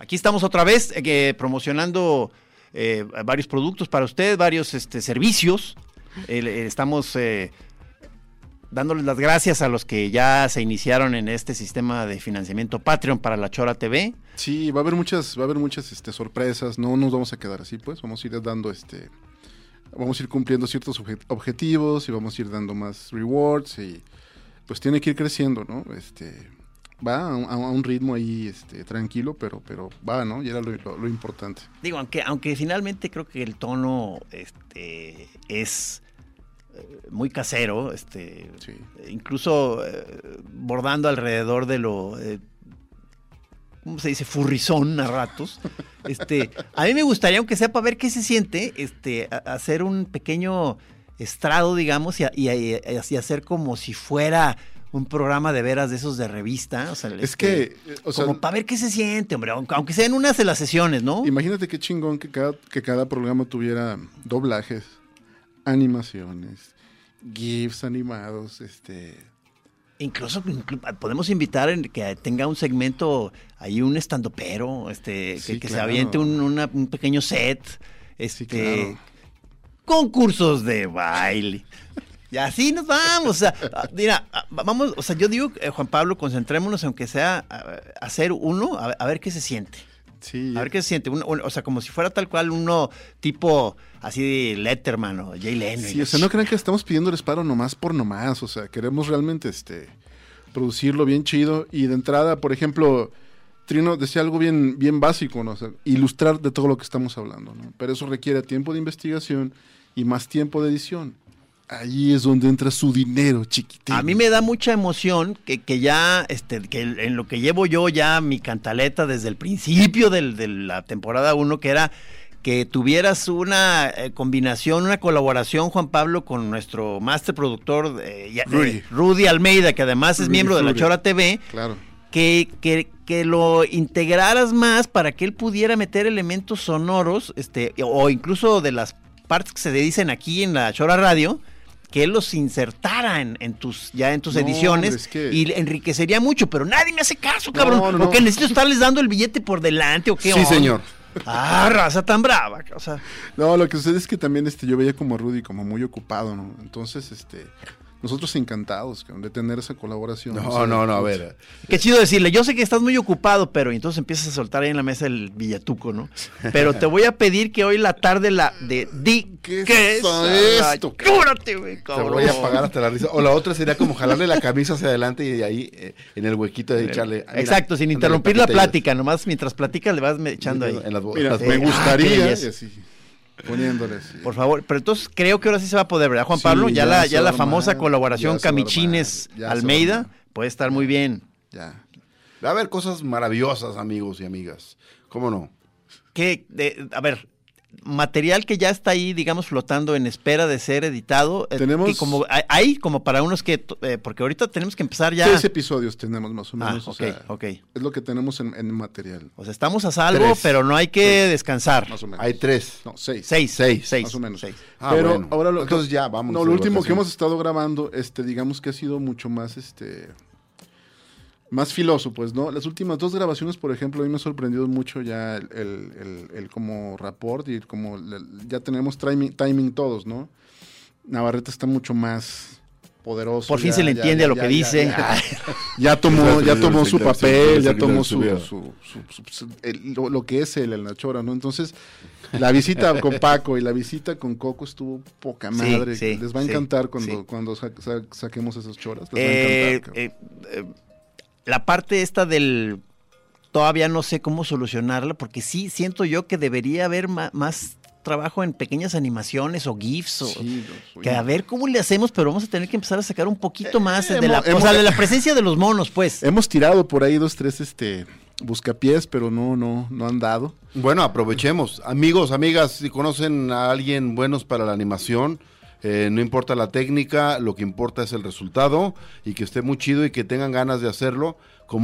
Speaker 4: Aquí estamos otra vez eh, que promocionando eh, varios productos para usted, varios este, servicios. El- el- estamos eh, dándoles las gracias a los que ya se iniciaron en este sistema de financiamiento Patreon para la Chora TV.
Speaker 3: Sí, va a haber muchas, va a haber muchas este, sorpresas. No nos vamos a quedar así, pues. Vamos a ir dando este. Vamos a ir cumpliendo ciertos obje- objetivos y vamos a ir dando más rewards. Y pues tiene que ir creciendo, ¿no? Este. Va a un, a un ritmo ahí este, tranquilo, pero, pero va, ¿no? Y era lo, lo- lo importante.
Speaker 4: Digo, aunque, aunque finalmente creo que el tono este, es eh, muy casero, este,
Speaker 3: Sí.
Speaker 4: incluso eh, bordando alrededor de lo, eh, ¿cómo se dice? Furrizón a ratos. Este, a mí me gustaría, aunque sea para ver qué se siente, este, a- hacer un pequeño estrado, digamos, y, a- y a- y a- y hacer como si fuera un programa de veras de esos de revista. o sea,
Speaker 3: Es
Speaker 4: este,
Speaker 3: que, eh, o sea,
Speaker 4: como para ver qué se siente, hombre, aunque, aunque sea en unas de las sesiones, ¿no?
Speaker 3: Imagínate qué chingón que cada, que cada programa tuviera doblajes, animaciones, GIFs animados, este.
Speaker 4: Incluso inclu- podemos invitar en que tenga un segmento, ahí un estandopero, este, que-
Speaker 3: Sí,
Speaker 4: que, se
Speaker 3: claro.
Speaker 4: aviente un, una- un pequeño set, este,
Speaker 3: Sí, claro.
Speaker 4: concursos de baile. Y así nos vamos. o sea, ah, mira, ah, vamos, o sea, yo digo, eh, Juan Pablo, concentrémonos aunque sea ah, hacer uno, a, a ver qué se siente.
Speaker 3: Sí.
Speaker 4: A ver qué se siente. Un- un- o sea, como si fuera tal cual uno tipo así de Letterman o Jay Leno. y
Speaker 3: Sí,
Speaker 4: la
Speaker 3: o sea, no
Speaker 4: chi-
Speaker 3: crean que estamos pidiéndoles paro nomás por nomás. O sea, queremos realmente este producirlo bien chido. Y de entrada, por ejemplo, Trino decía algo bien, bien básico, ¿no? O sea, ilustrar de todo lo que estamos hablando, ¿no? Pero eso requiere tiempo de investigación y más tiempo de edición. Ahí es donde entra su dinero, chiquitín.
Speaker 4: A mí me da mucha emoción que, que ya, este, que el- en lo que llevo yo ya mi cantaleta desde el principio del- de la temporada 1, que era que tuvieras una eh, combinación, una colaboración, Juan Pablo, con nuestro master productor eh, ya- eh,
Speaker 3: Rudy.
Speaker 4: Rudy. Almeida, que además es
Speaker 3: Rudy
Speaker 4: miembro de La
Speaker 3: Fury.
Speaker 4: Chora TV,
Speaker 3: Claro.
Speaker 4: que, que- que lo integraras más para que él pudiera meter elementos sonoros, este, o incluso de las partes que se dicen aquí en la Chora Radio, que él los insertara en, en tus, ya en tus
Speaker 3: No,
Speaker 4: ediciones
Speaker 3: hombre, es que-
Speaker 4: y le enriquecería mucho, pero nadie me hace caso,
Speaker 3: No,
Speaker 4: cabrón.
Speaker 3: no, no.
Speaker 4: Porque necesito estarles dando el billete por delante o qué
Speaker 5: Sí,
Speaker 4: onda?
Speaker 5: señor.
Speaker 4: Ah, raza tan brava. O sea,
Speaker 3: No, lo que sucede es que también este, yo veía como a Rudy como muy ocupado, ¿no? Entonces, este, nosotros encantados cabrón, de tener esa colaboración. O sea,
Speaker 5: No, no, no, a ver.
Speaker 4: Qué chido decirle, yo sé que estás muy ocupado, pero y entonces empiezas a soltar ahí en la mesa el villatuco, ¿no? Pero te voy a pedir que hoy la tarde la de di
Speaker 3: ¿Qué
Speaker 4: ¿Qué,
Speaker 3: es
Speaker 4: es
Speaker 3: esto,
Speaker 4: Cúrate, güey,
Speaker 5: Te
Speaker 4: cabrón.
Speaker 5: voy a pagar hasta la risa. O la otra sería como jalarle la camisa hacia adelante y de ahí eh, en el huequito de echarle. ah, mira,
Speaker 4: Exacto, sin
Speaker 5: ándale,
Speaker 4: interrumpir la
Speaker 5: papita,
Speaker 4: plática, nomás mientras platicas le vas me- echando ahí.
Speaker 5: En las bodas.
Speaker 3: Mira,
Speaker 5: Las-
Speaker 3: me
Speaker 4: eh, ah, qué
Speaker 3: gustaría,
Speaker 4: belleza.
Speaker 3: y así, poniéndole así.
Speaker 4: Por favor, pero entonces creo que ahora sí se va a poder, ¿verdad, Juan
Speaker 3: Sí,
Speaker 4: Pablo? Ya,
Speaker 3: ya
Speaker 4: la,
Speaker 3: se
Speaker 4: ya
Speaker 3: va
Speaker 4: la
Speaker 3: a armar,
Speaker 4: famosa colaboración
Speaker 3: ya se va a armar,
Speaker 4: Camichines
Speaker 3: ya se va a
Speaker 4: Almeida
Speaker 3: armar.
Speaker 4: puede estar muy bien.
Speaker 3: Ya.
Speaker 5: Va a haber cosas maravillosas, amigos y amigas. ¿Cómo no?
Speaker 4: que, de- a ver, material que ya está ahí, digamos, flotando en espera de ser editado. eh,
Speaker 3: Tenemos-
Speaker 4: que como hay- hay como para unos que, to- eh, porque ahorita tenemos que empezar ya.
Speaker 3: Seis episodios tenemos más o
Speaker 4: Ah,
Speaker 3: menos. o
Speaker 4: ok,
Speaker 3: sea,
Speaker 4: ok.
Speaker 3: Es lo que tenemos en, en material.
Speaker 4: O sea, estamos a salvo,
Speaker 5: Tres.
Speaker 4: pero no hay que descansar.
Speaker 3: Más o menos.
Speaker 5: Hay tres.
Speaker 3: No, seis.
Speaker 4: Seis,
Speaker 5: Seis.
Speaker 4: seis,
Speaker 3: Más o menos.
Speaker 4: seis.
Speaker 5: Ah,
Speaker 3: Pero
Speaker 5: bueno.
Speaker 3: ahora lo
Speaker 5: Entonces ya, vámonos
Speaker 3: No,
Speaker 5: de
Speaker 3: lo último que
Speaker 5: vacaciones.
Speaker 3: hemos estado grabando, este, digamos que ha sido mucho más, este, más filoso, pues, ¿no? Las últimas dos grabaciones, por ejemplo, a mí me ha sorprendido mucho ya el, el- el- el como rapport y el como la- ya tenemos timing, timing todos, ¿no? Navarrete está mucho más poderoso.
Speaker 4: Por fin
Speaker 3: Pues ya-
Speaker 4: se le
Speaker 3: ya-
Speaker 4: entiende
Speaker 3: ya-
Speaker 4: a lo
Speaker 3: ya-
Speaker 4: que
Speaker 3: ya-
Speaker 4: dice.
Speaker 3: ya- Pues
Speaker 4: Ay,
Speaker 3: Ya tomó,
Speaker 5: Exacto,
Speaker 3: ya tomó su
Speaker 5: señor,
Speaker 3: papel,
Speaker 5: señor,
Speaker 3: ya
Speaker 5: señor,
Speaker 3: tomó su,
Speaker 5: señor,
Speaker 3: su- su- su- su- el- lo, lo que es él, el Nachora, ¿no? Entonces, la visita con Paco y la visita con Coco estuvo poca
Speaker 4: Sí,
Speaker 3: madre.
Speaker 4: sí,
Speaker 3: les va a
Speaker 4: sí,
Speaker 3: encantar cuando,
Speaker 4: sí.
Speaker 3: cuando sa- sa- saquemos esas choras. Les va a
Speaker 4: eh,
Speaker 3: encantar. cabrón.
Speaker 4: eh, eh, la parte esta del todavía no sé cómo solucionarla, porque sí siento yo que debería haber ma- más trabajo en pequeñas animaciones o GIFs o,
Speaker 3: Sí, los-
Speaker 4: Que a ver cómo le hacemos, pero vamos a tener que empezar a sacar un
Speaker 5: Eh,
Speaker 4: poquito más de,
Speaker 3: hemos-
Speaker 4: la, o
Speaker 3: hemos-
Speaker 4: sea, de la presencia de los monos, pues.
Speaker 3: Hemos tirado por ahí dos, tres este, buscapiés, pero no, no, no han dado.
Speaker 5: Bueno, aprovechemos. Amigos, amigas, si conocen a alguien buenos para la animación, eh, no importa la técnica, lo que importa es el resultado y que esté muy chido y que tengan ganas de hacerlo.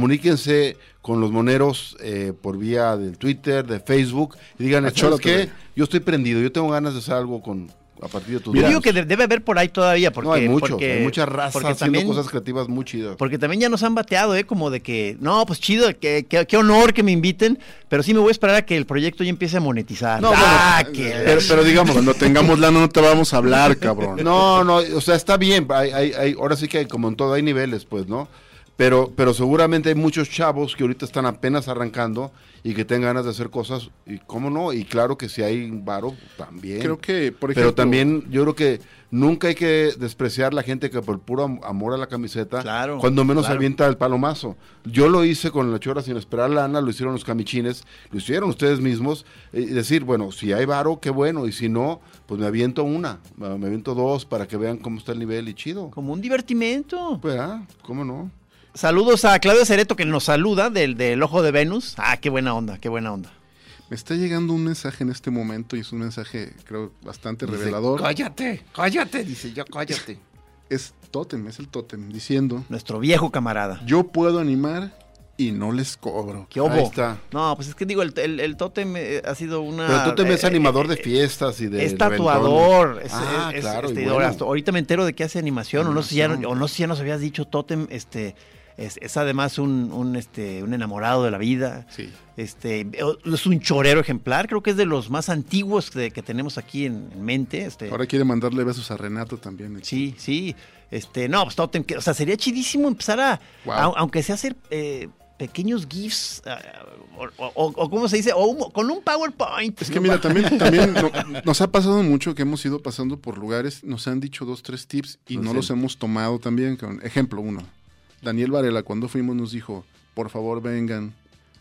Speaker 5: Comuníquense con los moneros eh, por vía del Twitter, de Facebook y digan,
Speaker 3: Achola
Speaker 5: ¿sabes qué?
Speaker 3: TV".
Speaker 5: Yo estoy prendido, yo tengo ganas de hacer algo con a partir de tus
Speaker 4: Yo
Speaker 5: manos".
Speaker 4: digo que de- debe haber por ahí todavía, porque.
Speaker 5: no, hay muchos,
Speaker 4: porque-
Speaker 5: hay mucha raza
Speaker 4: porque
Speaker 5: haciendo
Speaker 4: también,
Speaker 5: cosas creativas muy chidas.
Speaker 4: Porque también ya nos han bateado, ¿eh? Como de que, no, pues chido, que- que- qué honor que me inviten, pero sí me voy a esperar a que el proyecto ya empiece a monetizar.
Speaker 5: No,
Speaker 4: ah,
Speaker 5: bueno, eh,
Speaker 4: que la-
Speaker 5: pero, pero digamos,
Speaker 3: Cuando tengamos lana no te vamos a hablar, cabrón.
Speaker 5: No, no, o sea, está bien. Hay, hay- hay- ahora sí que hay, como en todo hay niveles, pues, ¿no? Pero, pero seguramente hay muchos chavos que ahorita están apenas arrancando y que tengan ganas de hacer cosas. Y cómo no, y claro que si hay varo, también.
Speaker 3: Creo que, por
Speaker 5: pero
Speaker 3: ejemplo-
Speaker 5: también yo creo que nunca hay que despreciar la gente que por puro am- amor a la camiseta,
Speaker 4: Claro,
Speaker 5: cuando menos
Speaker 4: claro.
Speaker 5: avienta el palomazo. Yo lo hice con la chora sin esperar lana, lo hicieron los camichines, lo hicieron ustedes mismos. eh, Y decir, bueno, si hay varo, qué bueno, y si no, pues me aviento una, me me aviento dos para que vean cómo está el nivel y chido.
Speaker 4: Como un divertimento.
Speaker 5: Pues, ah, ¿Cómo no?
Speaker 4: Saludos a Claudio Cereto que nos saluda del, del Ojo de Venus. Ah, qué buena onda, qué buena onda.
Speaker 3: Me está llegando un mensaje en este momento y es un mensaje, creo, bastante
Speaker 5: Dice,
Speaker 3: revelador.
Speaker 5: cállate, cállate, dice yo, cállate.
Speaker 3: Es Totem, es el Totem, diciendo:
Speaker 4: Nuestro viejo camarada.
Speaker 3: Yo puedo animar y no les cobro.
Speaker 4: ¿Qué obo?
Speaker 5: Ahí está.
Speaker 4: No, pues es que digo, el, el, el tótem eh, ha sido una.
Speaker 5: Pero tú también es
Speaker 4: eh,
Speaker 5: animador de
Speaker 4: eh,
Speaker 5: fiestas y de.
Speaker 4: Es tatuador. Es,
Speaker 5: Ah,
Speaker 4: es- es-
Speaker 5: claro,
Speaker 4: este,
Speaker 5: y bueno.
Speaker 4: hasta ahorita me entero de que hace animación, o no sé si ya,
Speaker 3: Animación.
Speaker 4: o no sé si ya nos habías dicho tótem, este. Es, es además un, un, este, un enamorado de la vida.
Speaker 3: Sí.
Speaker 4: Este, es un chorero ejemplar, creo que es de los más antiguos de- que tenemos aquí en, en mente. Este,
Speaker 3: Ahora quiere mandarle besos a Renato también.
Speaker 4: Sí, sí. Este, no, pues Totem, que- o sea, sería chidísimo empezar a,
Speaker 3: Wow.
Speaker 4: a- aunque sea hacer eh, pequeños GIFs, ah, o, o- o cómo se dice, o un- con un PowerPoint.
Speaker 3: Es que mira, también, también no- nos ha pasado mucho que hemos ido pasando por lugares, nos han dicho dos, tres tips y
Speaker 4: Pues
Speaker 3: no
Speaker 5: Sí.
Speaker 3: los hemos tomado también. cabrón. Ejemplo uno, Daniel Varela cuando fuimos nos dijo, por favor vengan,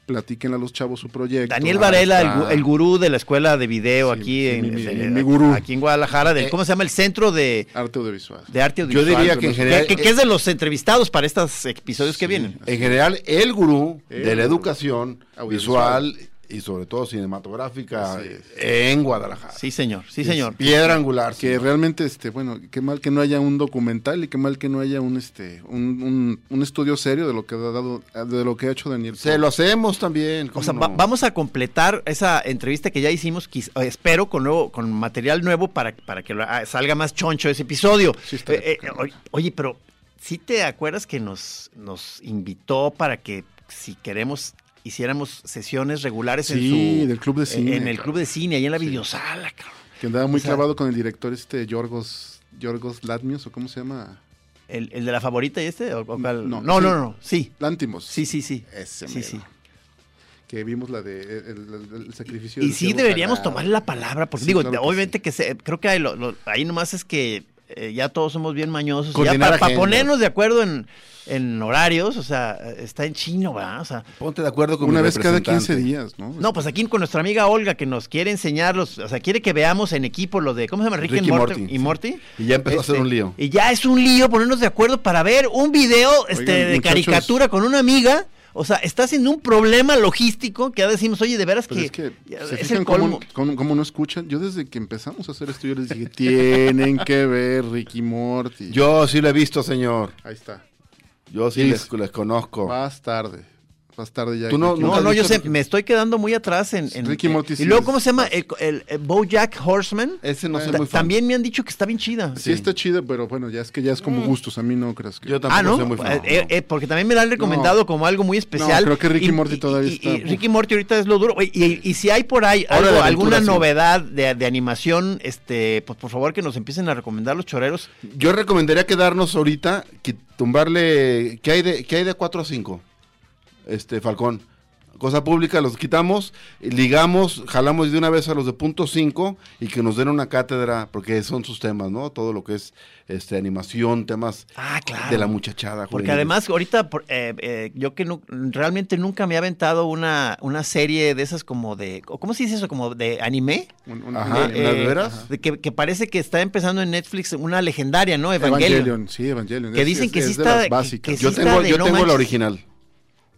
Speaker 3: platiquen a los chavos su proyecto.
Speaker 4: Daniel
Speaker 3: Ah,
Speaker 4: Varela, el,
Speaker 3: está.
Speaker 4: gu- el gurú de la escuela de video
Speaker 3: Sí,
Speaker 4: aquí,
Speaker 3: sí,
Speaker 4: en,
Speaker 3: mi- mi-
Speaker 4: en-
Speaker 3: mi gurú.
Speaker 4: aquí en Guadalajara, del,
Speaker 5: Eh,
Speaker 4: ¿cómo se llama? El Centro de,
Speaker 3: Arte audiovisual.
Speaker 4: de Arte
Speaker 5: Yo
Speaker 4: Audiovisual.
Speaker 5: diría que en general. eh,
Speaker 4: que, que es de los entrevistados para estos episodios que vienen.
Speaker 5: En general, el gurú
Speaker 3: El
Speaker 5: de la
Speaker 3: gurú.
Speaker 5: educación
Speaker 3: Audiovisual.
Speaker 5: visual y sobre todo cinematográfica
Speaker 3: Así es.
Speaker 5: en Guadalajara.
Speaker 4: Sí, señor, sí, señor.
Speaker 5: Piedra angular.
Speaker 3: Que
Speaker 5: señor.
Speaker 3: realmente, este, bueno, qué mal que no haya un documental y qué mal que no haya un este, un, un- un estudio serio de lo que ha dado, de lo que ha hecho Daniel.
Speaker 5: Se lo hacemos también.
Speaker 4: O
Speaker 5: ¿cómo
Speaker 4: sea, va-
Speaker 5: no?
Speaker 4: vamos a completar esa entrevista que ya hicimos, quiz- eh, espero, con nuevo, con material nuevo para, para que lo- ah, salga más choncho ese episodio.
Speaker 3: Sí, está de
Speaker 4: Eh, eh, oye, oye, pero si te acuerdas que nos, nos invitó para que si queremos hiciéramos sesiones regulares en
Speaker 3: Sí,
Speaker 4: su-
Speaker 3: del club de
Speaker 4: en-
Speaker 3: cine,
Speaker 4: En el club de cine, ahí en la videosala, cabrón.
Speaker 3: Que andaba muy
Speaker 4: O sea-
Speaker 3: clavado con el director este Yorgos, Yorgos Latmios, o cómo se llama.
Speaker 4: ¿El, el de la favorita y este? ¿O- o cuál?
Speaker 3: No,
Speaker 4: No, no,
Speaker 3: sí.
Speaker 4: no, no, sí.
Speaker 3: Lántimos.
Speaker 4: Sí, sí, sí.
Speaker 3: Ese
Speaker 4: sí,
Speaker 3: mero.
Speaker 4: sí.
Speaker 3: Que vimos la de el, el- el sacrificio.
Speaker 4: Y
Speaker 3: del
Speaker 4: sí
Speaker 3: ciervo
Speaker 4: deberíamos
Speaker 3: sagrado.
Speaker 4: tomar la palabra, porque
Speaker 3: Sí,
Speaker 4: digo,
Speaker 3: claro que
Speaker 4: obviamente que, se, creo que ahí, lo- lo- ahí nomás es que eh, ya todos somos bien mañosos. y Ya
Speaker 5: Coordinar
Speaker 4: para, para
Speaker 5: agendas.
Speaker 4: ponernos de acuerdo en, en horarios, o sea, eh, está en chino, ¿verdad? O sea,
Speaker 5: Ponte de acuerdo con
Speaker 3: Una
Speaker 5: mi
Speaker 3: vez cada
Speaker 5: representante.
Speaker 3: 15 días, ¿no?
Speaker 4: no, pues aquí con nuestra amiga Olga que nos quiere enseñar los, o sea, quiere que veamos en equipo lo de, ¿cómo se llama? Rick,
Speaker 5: Rick
Speaker 4: and
Speaker 5: y
Speaker 4: Morty,
Speaker 5: Morty,
Speaker 4: y
Speaker 5: sí.
Speaker 4: Morty.
Speaker 5: Y ya empezó a
Speaker 4: Este,
Speaker 5: ser un lío.
Speaker 4: Y ya es un lío ponernos de acuerdo para ver un video este,
Speaker 3: Oigan,
Speaker 4: de
Speaker 3: muchachos.
Speaker 4: caricatura con una amiga. O sea, está siendo un problema logístico que ya decimos, oye, de veras
Speaker 3: Pero
Speaker 4: que,
Speaker 3: Pues es que
Speaker 4: ya-
Speaker 3: se
Speaker 4: es
Speaker 3: fijan
Speaker 4: el
Speaker 3: cómo,
Speaker 4: colmo.
Speaker 3: cómo- cómo no escuchan. Yo desde que empezamos a hacer esto, yo les dije, tienen que ver Ricky Morty.
Speaker 5: Yo sí lo he visto, señor.
Speaker 3: Ahí está.
Speaker 5: Yo sí
Speaker 3: Sí.
Speaker 4: Ah.
Speaker 5: les, les conozco.
Speaker 3: Más tarde. más tarde ya.
Speaker 5: Tú no-
Speaker 3: Ricky
Speaker 4: No,
Speaker 3: Morty.
Speaker 4: no, yo
Speaker 5: visto
Speaker 4: sé,
Speaker 5: Ricky-
Speaker 4: me estoy quedando muy atrás en. en-
Speaker 3: Ricky
Speaker 4: en-
Speaker 3: Morty
Speaker 4: Y
Speaker 3: sí
Speaker 4: luego,
Speaker 3: es-
Speaker 4: ¿cómo se llama? El, el- el Bojack Horseman.
Speaker 5: Ese no soy
Speaker 4: Ta-
Speaker 5: muy fan.
Speaker 4: También me han dicho que está bien chida.
Speaker 3: Sí, está chido, pero bueno, ya es que ya es
Speaker 4: Mm.
Speaker 3: como gustos. A mí no creas que.
Speaker 5: Yo tampoco
Speaker 4: Ah, ¿no?
Speaker 5: soy muy fan.
Speaker 4: Eh, eh, eh, porque también me la han recomendado como algo muy especial.
Speaker 3: No, creo que Ricky
Speaker 4: Y-
Speaker 3: Morty
Speaker 4: y-
Speaker 3: todavía
Speaker 4: y-
Speaker 3: está-
Speaker 4: y Ricky Morty ahorita es lo duro. Oye, Y, y si hay por ahí
Speaker 5: Hora
Speaker 4: algo-
Speaker 5: de aventura,
Speaker 4: alguna
Speaker 5: sí.
Speaker 4: novedad de, de animación, este, pues por favor que nos empiecen a recomendar los choreros.
Speaker 5: Yo recomendaría quedarnos ahorita, que tumbarle. ¿Qué hay de, qué hay de 4 a 5? Este, Falcón. Cosa pública, los quitamos, ligamos, jalamos de una vez a los de punto 5 y que nos den una cátedra, porque son sus temas, ¿no? Todo lo que es este animación, temas
Speaker 4: Ah, claro.
Speaker 5: de la muchachada.
Speaker 4: Porque
Speaker 5: juvenil.
Speaker 4: además ahorita por- eh, eh, yo que nu- realmente nunca me he aventado una, una serie de esas como de... ¿Cómo se dice eso? Como de anime.
Speaker 3: Un- un-
Speaker 5: Ajá,
Speaker 3: un-
Speaker 4: Eh,
Speaker 5: ¿las
Speaker 4: eh,
Speaker 5: de veras?
Speaker 4: de que, que parece que está empezando en Netflix una legendaria, ¿no? Evangelion.
Speaker 3: Evangelion, sí, Evangelion.
Speaker 4: Que
Speaker 3: Es-
Speaker 4: dicen
Speaker 3: es-
Speaker 4: que sí
Speaker 3: es de
Speaker 4: está-
Speaker 3: las
Speaker 4: que-
Speaker 3: básicas.
Speaker 4: que sí
Speaker 5: Yo
Speaker 4: está
Speaker 5: tengo,
Speaker 4: de
Speaker 5: yo
Speaker 4: no
Speaker 5: tengo la
Speaker 4: manches.
Speaker 5: original.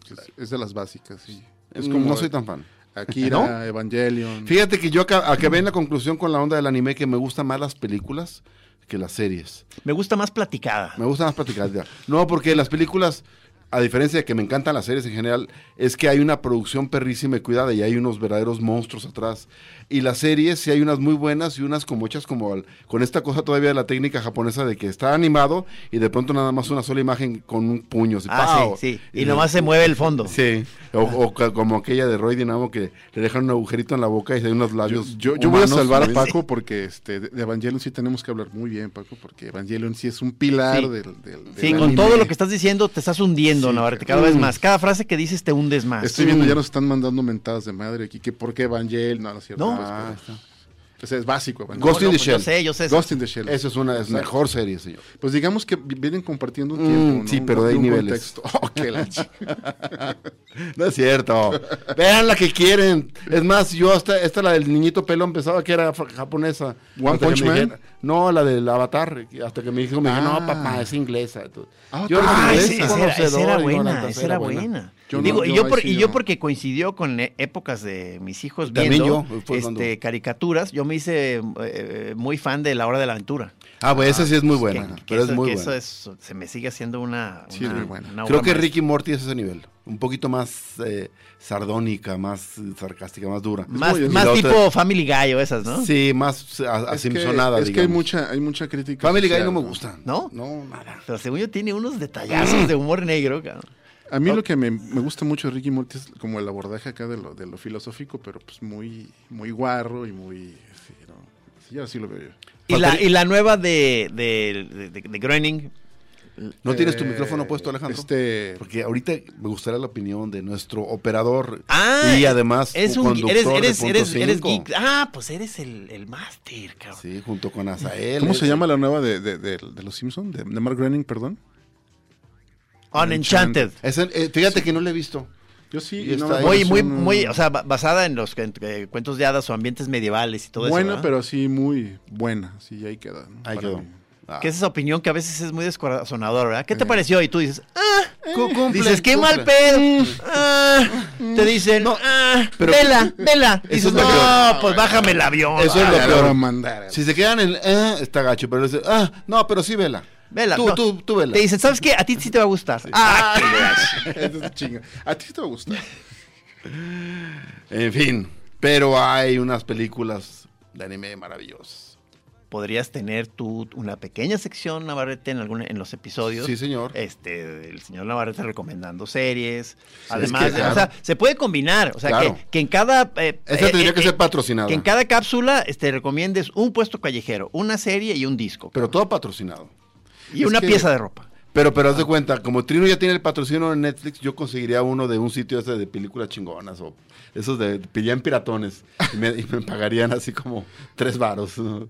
Speaker 3: Es- pues, Es de las básicas, sí.
Speaker 5: Es como, no soy tan fan.
Speaker 3: Akira,
Speaker 5: ¿No?
Speaker 3: Evangelion.
Speaker 5: Fíjate que yo acá- acabé en la conclusión con la onda del anime que me gustan más las películas que las series.
Speaker 4: Me gusta más platicada.
Speaker 5: Me gustan las platicadas. ya. No, porque las películas, a diferencia de que me encantan las series en general, es que hay una producción perrísima y cuidada y hay unos verdaderos monstruos atrás. Y las series, sí hay unas muy buenas y unas como hechas como al- con esta cosa todavía de la técnica japonesa de que está animado y de pronto nada más una sola imagen con un puño. así,
Speaker 4: Ah,
Speaker 5: ¡pau!
Speaker 4: sí, sí. Y nomás se mueve el fondo.
Speaker 5: Sí, o, o ca- como aquella de Roy Dinamo que le dejan un agujerito en la boca y hay unos labios.
Speaker 3: Yo, yo voy a
Speaker 5: humanos,
Speaker 3: salvar a
Speaker 5: ¿sabes?
Speaker 3: Paco porque este, de de Evangelion sí tenemos que hablar muy bien, Paco, porque Evangelion sí es un pilar
Speaker 4: Sí.
Speaker 3: del, del-
Speaker 4: Sí,
Speaker 3: del
Speaker 4: con
Speaker 3: anime.
Speaker 4: todo lo que estás diciendo te estás hundiendo,
Speaker 3: Sí,
Speaker 4: Navarrete,
Speaker 3: claro.
Speaker 4: cada vez más. Cada frase que dices te hundes más.
Speaker 3: Estoy viendo, ya nos están mandando mentadas de madre aquí, que por qué Evangelion, no, no es cierto.
Speaker 4: No.
Speaker 3: pues,
Speaker 5: Ah,
Speaker 3: pero- pues es básico. Evangelion.
Speaker 5: Ghost in the
Speaker 4: pues yo
Speaker 5: Shell.
Speaker 4: sé, yo sé.
Speaker 3: Ghost in the Shell.
Speaker 5: Esa es una es
Speaker 3: Exacto.
Speaker 5: mejor serie, señor.
Speaker 3: Pues digamos que vi- vienen compartiendo un
Speaker 5: Mm,
Speaker 3: tiempo, ¿no?
Speaker 5: sí,
Speaker 3: Un-
Speaker 5: pero hay
Speaker 3: un
Speaker 5: niveles.
Speaker 3: contexto. Oh, qué la ch-
Speaker 5: No es cierto. Vean la que quieren. Es más, yo hasta esta la del niñito pelón pensaba que era fra- japonesa.
Speaker 3: One
Speaker 5: Hasta que
Speaker 3: Punch
Speaker 5: me
Speaker 3: Man.
Speaker 5: dijera- no, la del Avatar. Hasta que me dijo, me dijo,
Speaker 3: Ah.
Speaker 5: no, papá, es inglesa. Tú-
Speaker 3: Ah,
Speaker 5: yo
Speaker 3: otra
Speaker 5: era
Speaker 4: Ay,
Speaker 3: vez.
Speaker 4: sí,
Speaker 5: inglesa.
Speaker 4: esa, era, esa era
Speaker 5: Conocedor,
Speaker 4: buena,
Speaker 5: ignorante,
Speaker 4: esa era buena.
Speaker 3: Yo
Speaker 4: Digo,
Speaker 3: no,
Speaker 4: y
Speaker 3: yo
Speaker 4: yo
Speaker 3: ahí
Speaker 4: por-
Speaker 3: sí
Speaker 4: y yo
Speaker 3: no.
Speaker 4: porque coincidió con eh, épocas de mis hijos
Speaker 5: También
Speaker 4: viendo
Speaker 5: yo, fue cuando-
Speaker 4: este, caricaturas, yo me hice eh, muy fan de La Hora de la Aventura.
Speaker 5: Ah, pues esa sí es muy
Speaker 4: Que-
Speaker 5: buena.
Speaker 4: que
Speaker 5: pero
Speaker 4: eso,
Speaker 5: es muy
Speaker 4: que
Speaker 5: buena.
Speaker 4: eso es- se me sigue haciendo una,
Speaker 3: Sí, es
Speaker 4: una-
Speaker 3: muy buena.
Speaker 4: una
Speaker 5: Creo
Speaker 4: obra
Speaker 5: que
Speaker 4: maestra.
Speaker 5: Ricky Morty es ese nivel. Un poquito más eh, sardónica, más eh, sarcástica, más dura.
Speaker 4: Más,
Speaker 5: Y
Speaker 4: más
Speaker 5: la otra-
Speaker 4: tipo Family Guy o esas, ¿no?
Speaker 5: Sí, más a- a-
Speaker 3: Es que-
Speaker 5: asimsonada,
Speaker 3: Es que hay
Speaker 5: digamos.
Speaker 3: mucha, hay mucha crítica.
Speaker 5: Family Guy
Speaker 3: social,
Speaker 5: no me gusta.
Speaker 4: ¿No?
Speaker 5: No, nada.
Speaker 4: Pero según yo tiene unos detallazos de humor negro, cabrón.
Speaker 3: A mí lo que me, me gusta mucho de Ricky Morty es como el abordaje acá de lo, de lo filosófico, pero pues muy, muy guarro y muy... Sí, ¿no? Sí, así lo veo yo.
Speaker 4: Y la, y la nueva de, de, de, de Groening.
Speaker 5: ¿No tienes tu
Speaker 3: Eh,
Speaker 5: micrófono puesto, Alejandro?
Speaker 3: Este,
Speaker 5: Porque ahorita me gustaría la opinión de nuestro operador
Speaker 4: Ah,
Speaker 5: y además
Speaker 4: eres un
Speaker 5: conductor
Speaker 4: eres,
Speaker 5: de
Speaker 4: eres,
Speaker 5: Punto
Speaker 4: eres, eres
Speaker 5: Cinco.
Speaker 4: geek. Ah, pues eres el, el máster, cabrón.
Speaker 5: Sí, junto con Azael.
Speaker 3: ¿Cómo se
Speaker 5: es-
Speaker 3: llama la nueva de, de, de- de los Simpsons? De, de Mark Groening, perdón.
Speaker 4: Unenchanted.
Speaker 5: Es el- eh, fíjate que no le he visto.
Speaker 3: Yo sí.
Speaker 5: Y
Speaker 3: y
Speaker 5: está
Speaker 3: no me
Speaker 5: ahí.
Speaker 4: Muy,
Speaker 3: parece
Speaker 4: muy,
Speaker 3: un-
Speaker 4: muy, o sea, ba- basada en los cuen- eh, cuentos de hadas o ambientes medievales y todo
Speaker 3: buena,
Speaker 4: eso. ¿verdad?
Speaker 3: pero sí muy buena. Sí, ahí queda. ¿no?
Speaker 5: Ahí
Speaker 3: Para
Speaker 5: quedó.
Speaker 3: mí.
Speaker 5: Ah.
Speaker 4: Que es esa opinión que a veces es muy descorazonadora, ¿verdad?
Speaker 5: Eh.
Speaker 4: ¿Qué te pareció? Y tú dices, ah,
Speaker 5: Cu- cumple,
Speaker 4: dices, qué
Speaker 5: cumple. Mm.
Speaker 4: mal pedo. Ah, te dicen, ah, vela, vela. Y dices,
Speaker 5: Eso es lo que-
Speaker 4: no, pues bájame el avión.
Speaker 5: Eso es
Speaker 3: Ah,
Speaker 5: lo
Speaker 3: ya la
Speaker 5: peor.
Speaker 3: van a mandar.
Speaker 5: Si se quedan en. eh, está gacho, pero dice, ah, no, pero sí vela.
Speaker 4: Vela,
Speaker 5: Tú,
Speaker 4: no.
Speaker 5: tú, tú vela.
Speaker 4: Te dicen, ¿sabes qué? A ti sí te va a gustar. Ah, qué gacho.
Speaker 3: Eso es chinga. A ti sí te va a gustar.
Speaker 5: En fin, pero hay unas películas de anime maravillosas.
Speaker 4: Podrías tener tú una pequeña sección, Navarrete, en, alguna, en los episodios.
Speaker 5: Sí, señor.
Speaker 4: Este, el señor Navarrete recomendando series. Además,
Speaker 5: es
Speaker 4: de-
Speaker 5: que,
Speaker 4: o sea,
Speaker 5: claro.
Speaker 4: se puede combinar. O sea,
Speaker 5: Claro.
Speaker 4: que, que en cada. eh,
Speaker 5: Esa
Speaker 4: eh,
Speaker 5: tendría
Speaker 4: eh,
Speaker 5: que
Speaker 4: eh,
Speaker 5: ser patrocinada.
Speaker 4: Que en cada cápsula este, recomiendes un puesto callejero, una serie y un disco.
Speaker 5: Pero todo patrocinado.
Speaker 4: y
Speaker 3: es
Speaker 4: una
Speaker 3: que-
Speaker 4: pieza de ropa.
Speaker 5: Pero, pero
Speaker 4: Ah.
Speaker 5: haz de cuenta, como Trino ya tiene el patrocinio en Netflix, yo conseguiría uno de un sitio ese de películas chingonas o esos de pillan piratones y me, y me pagarían así como tres varos. ¿no?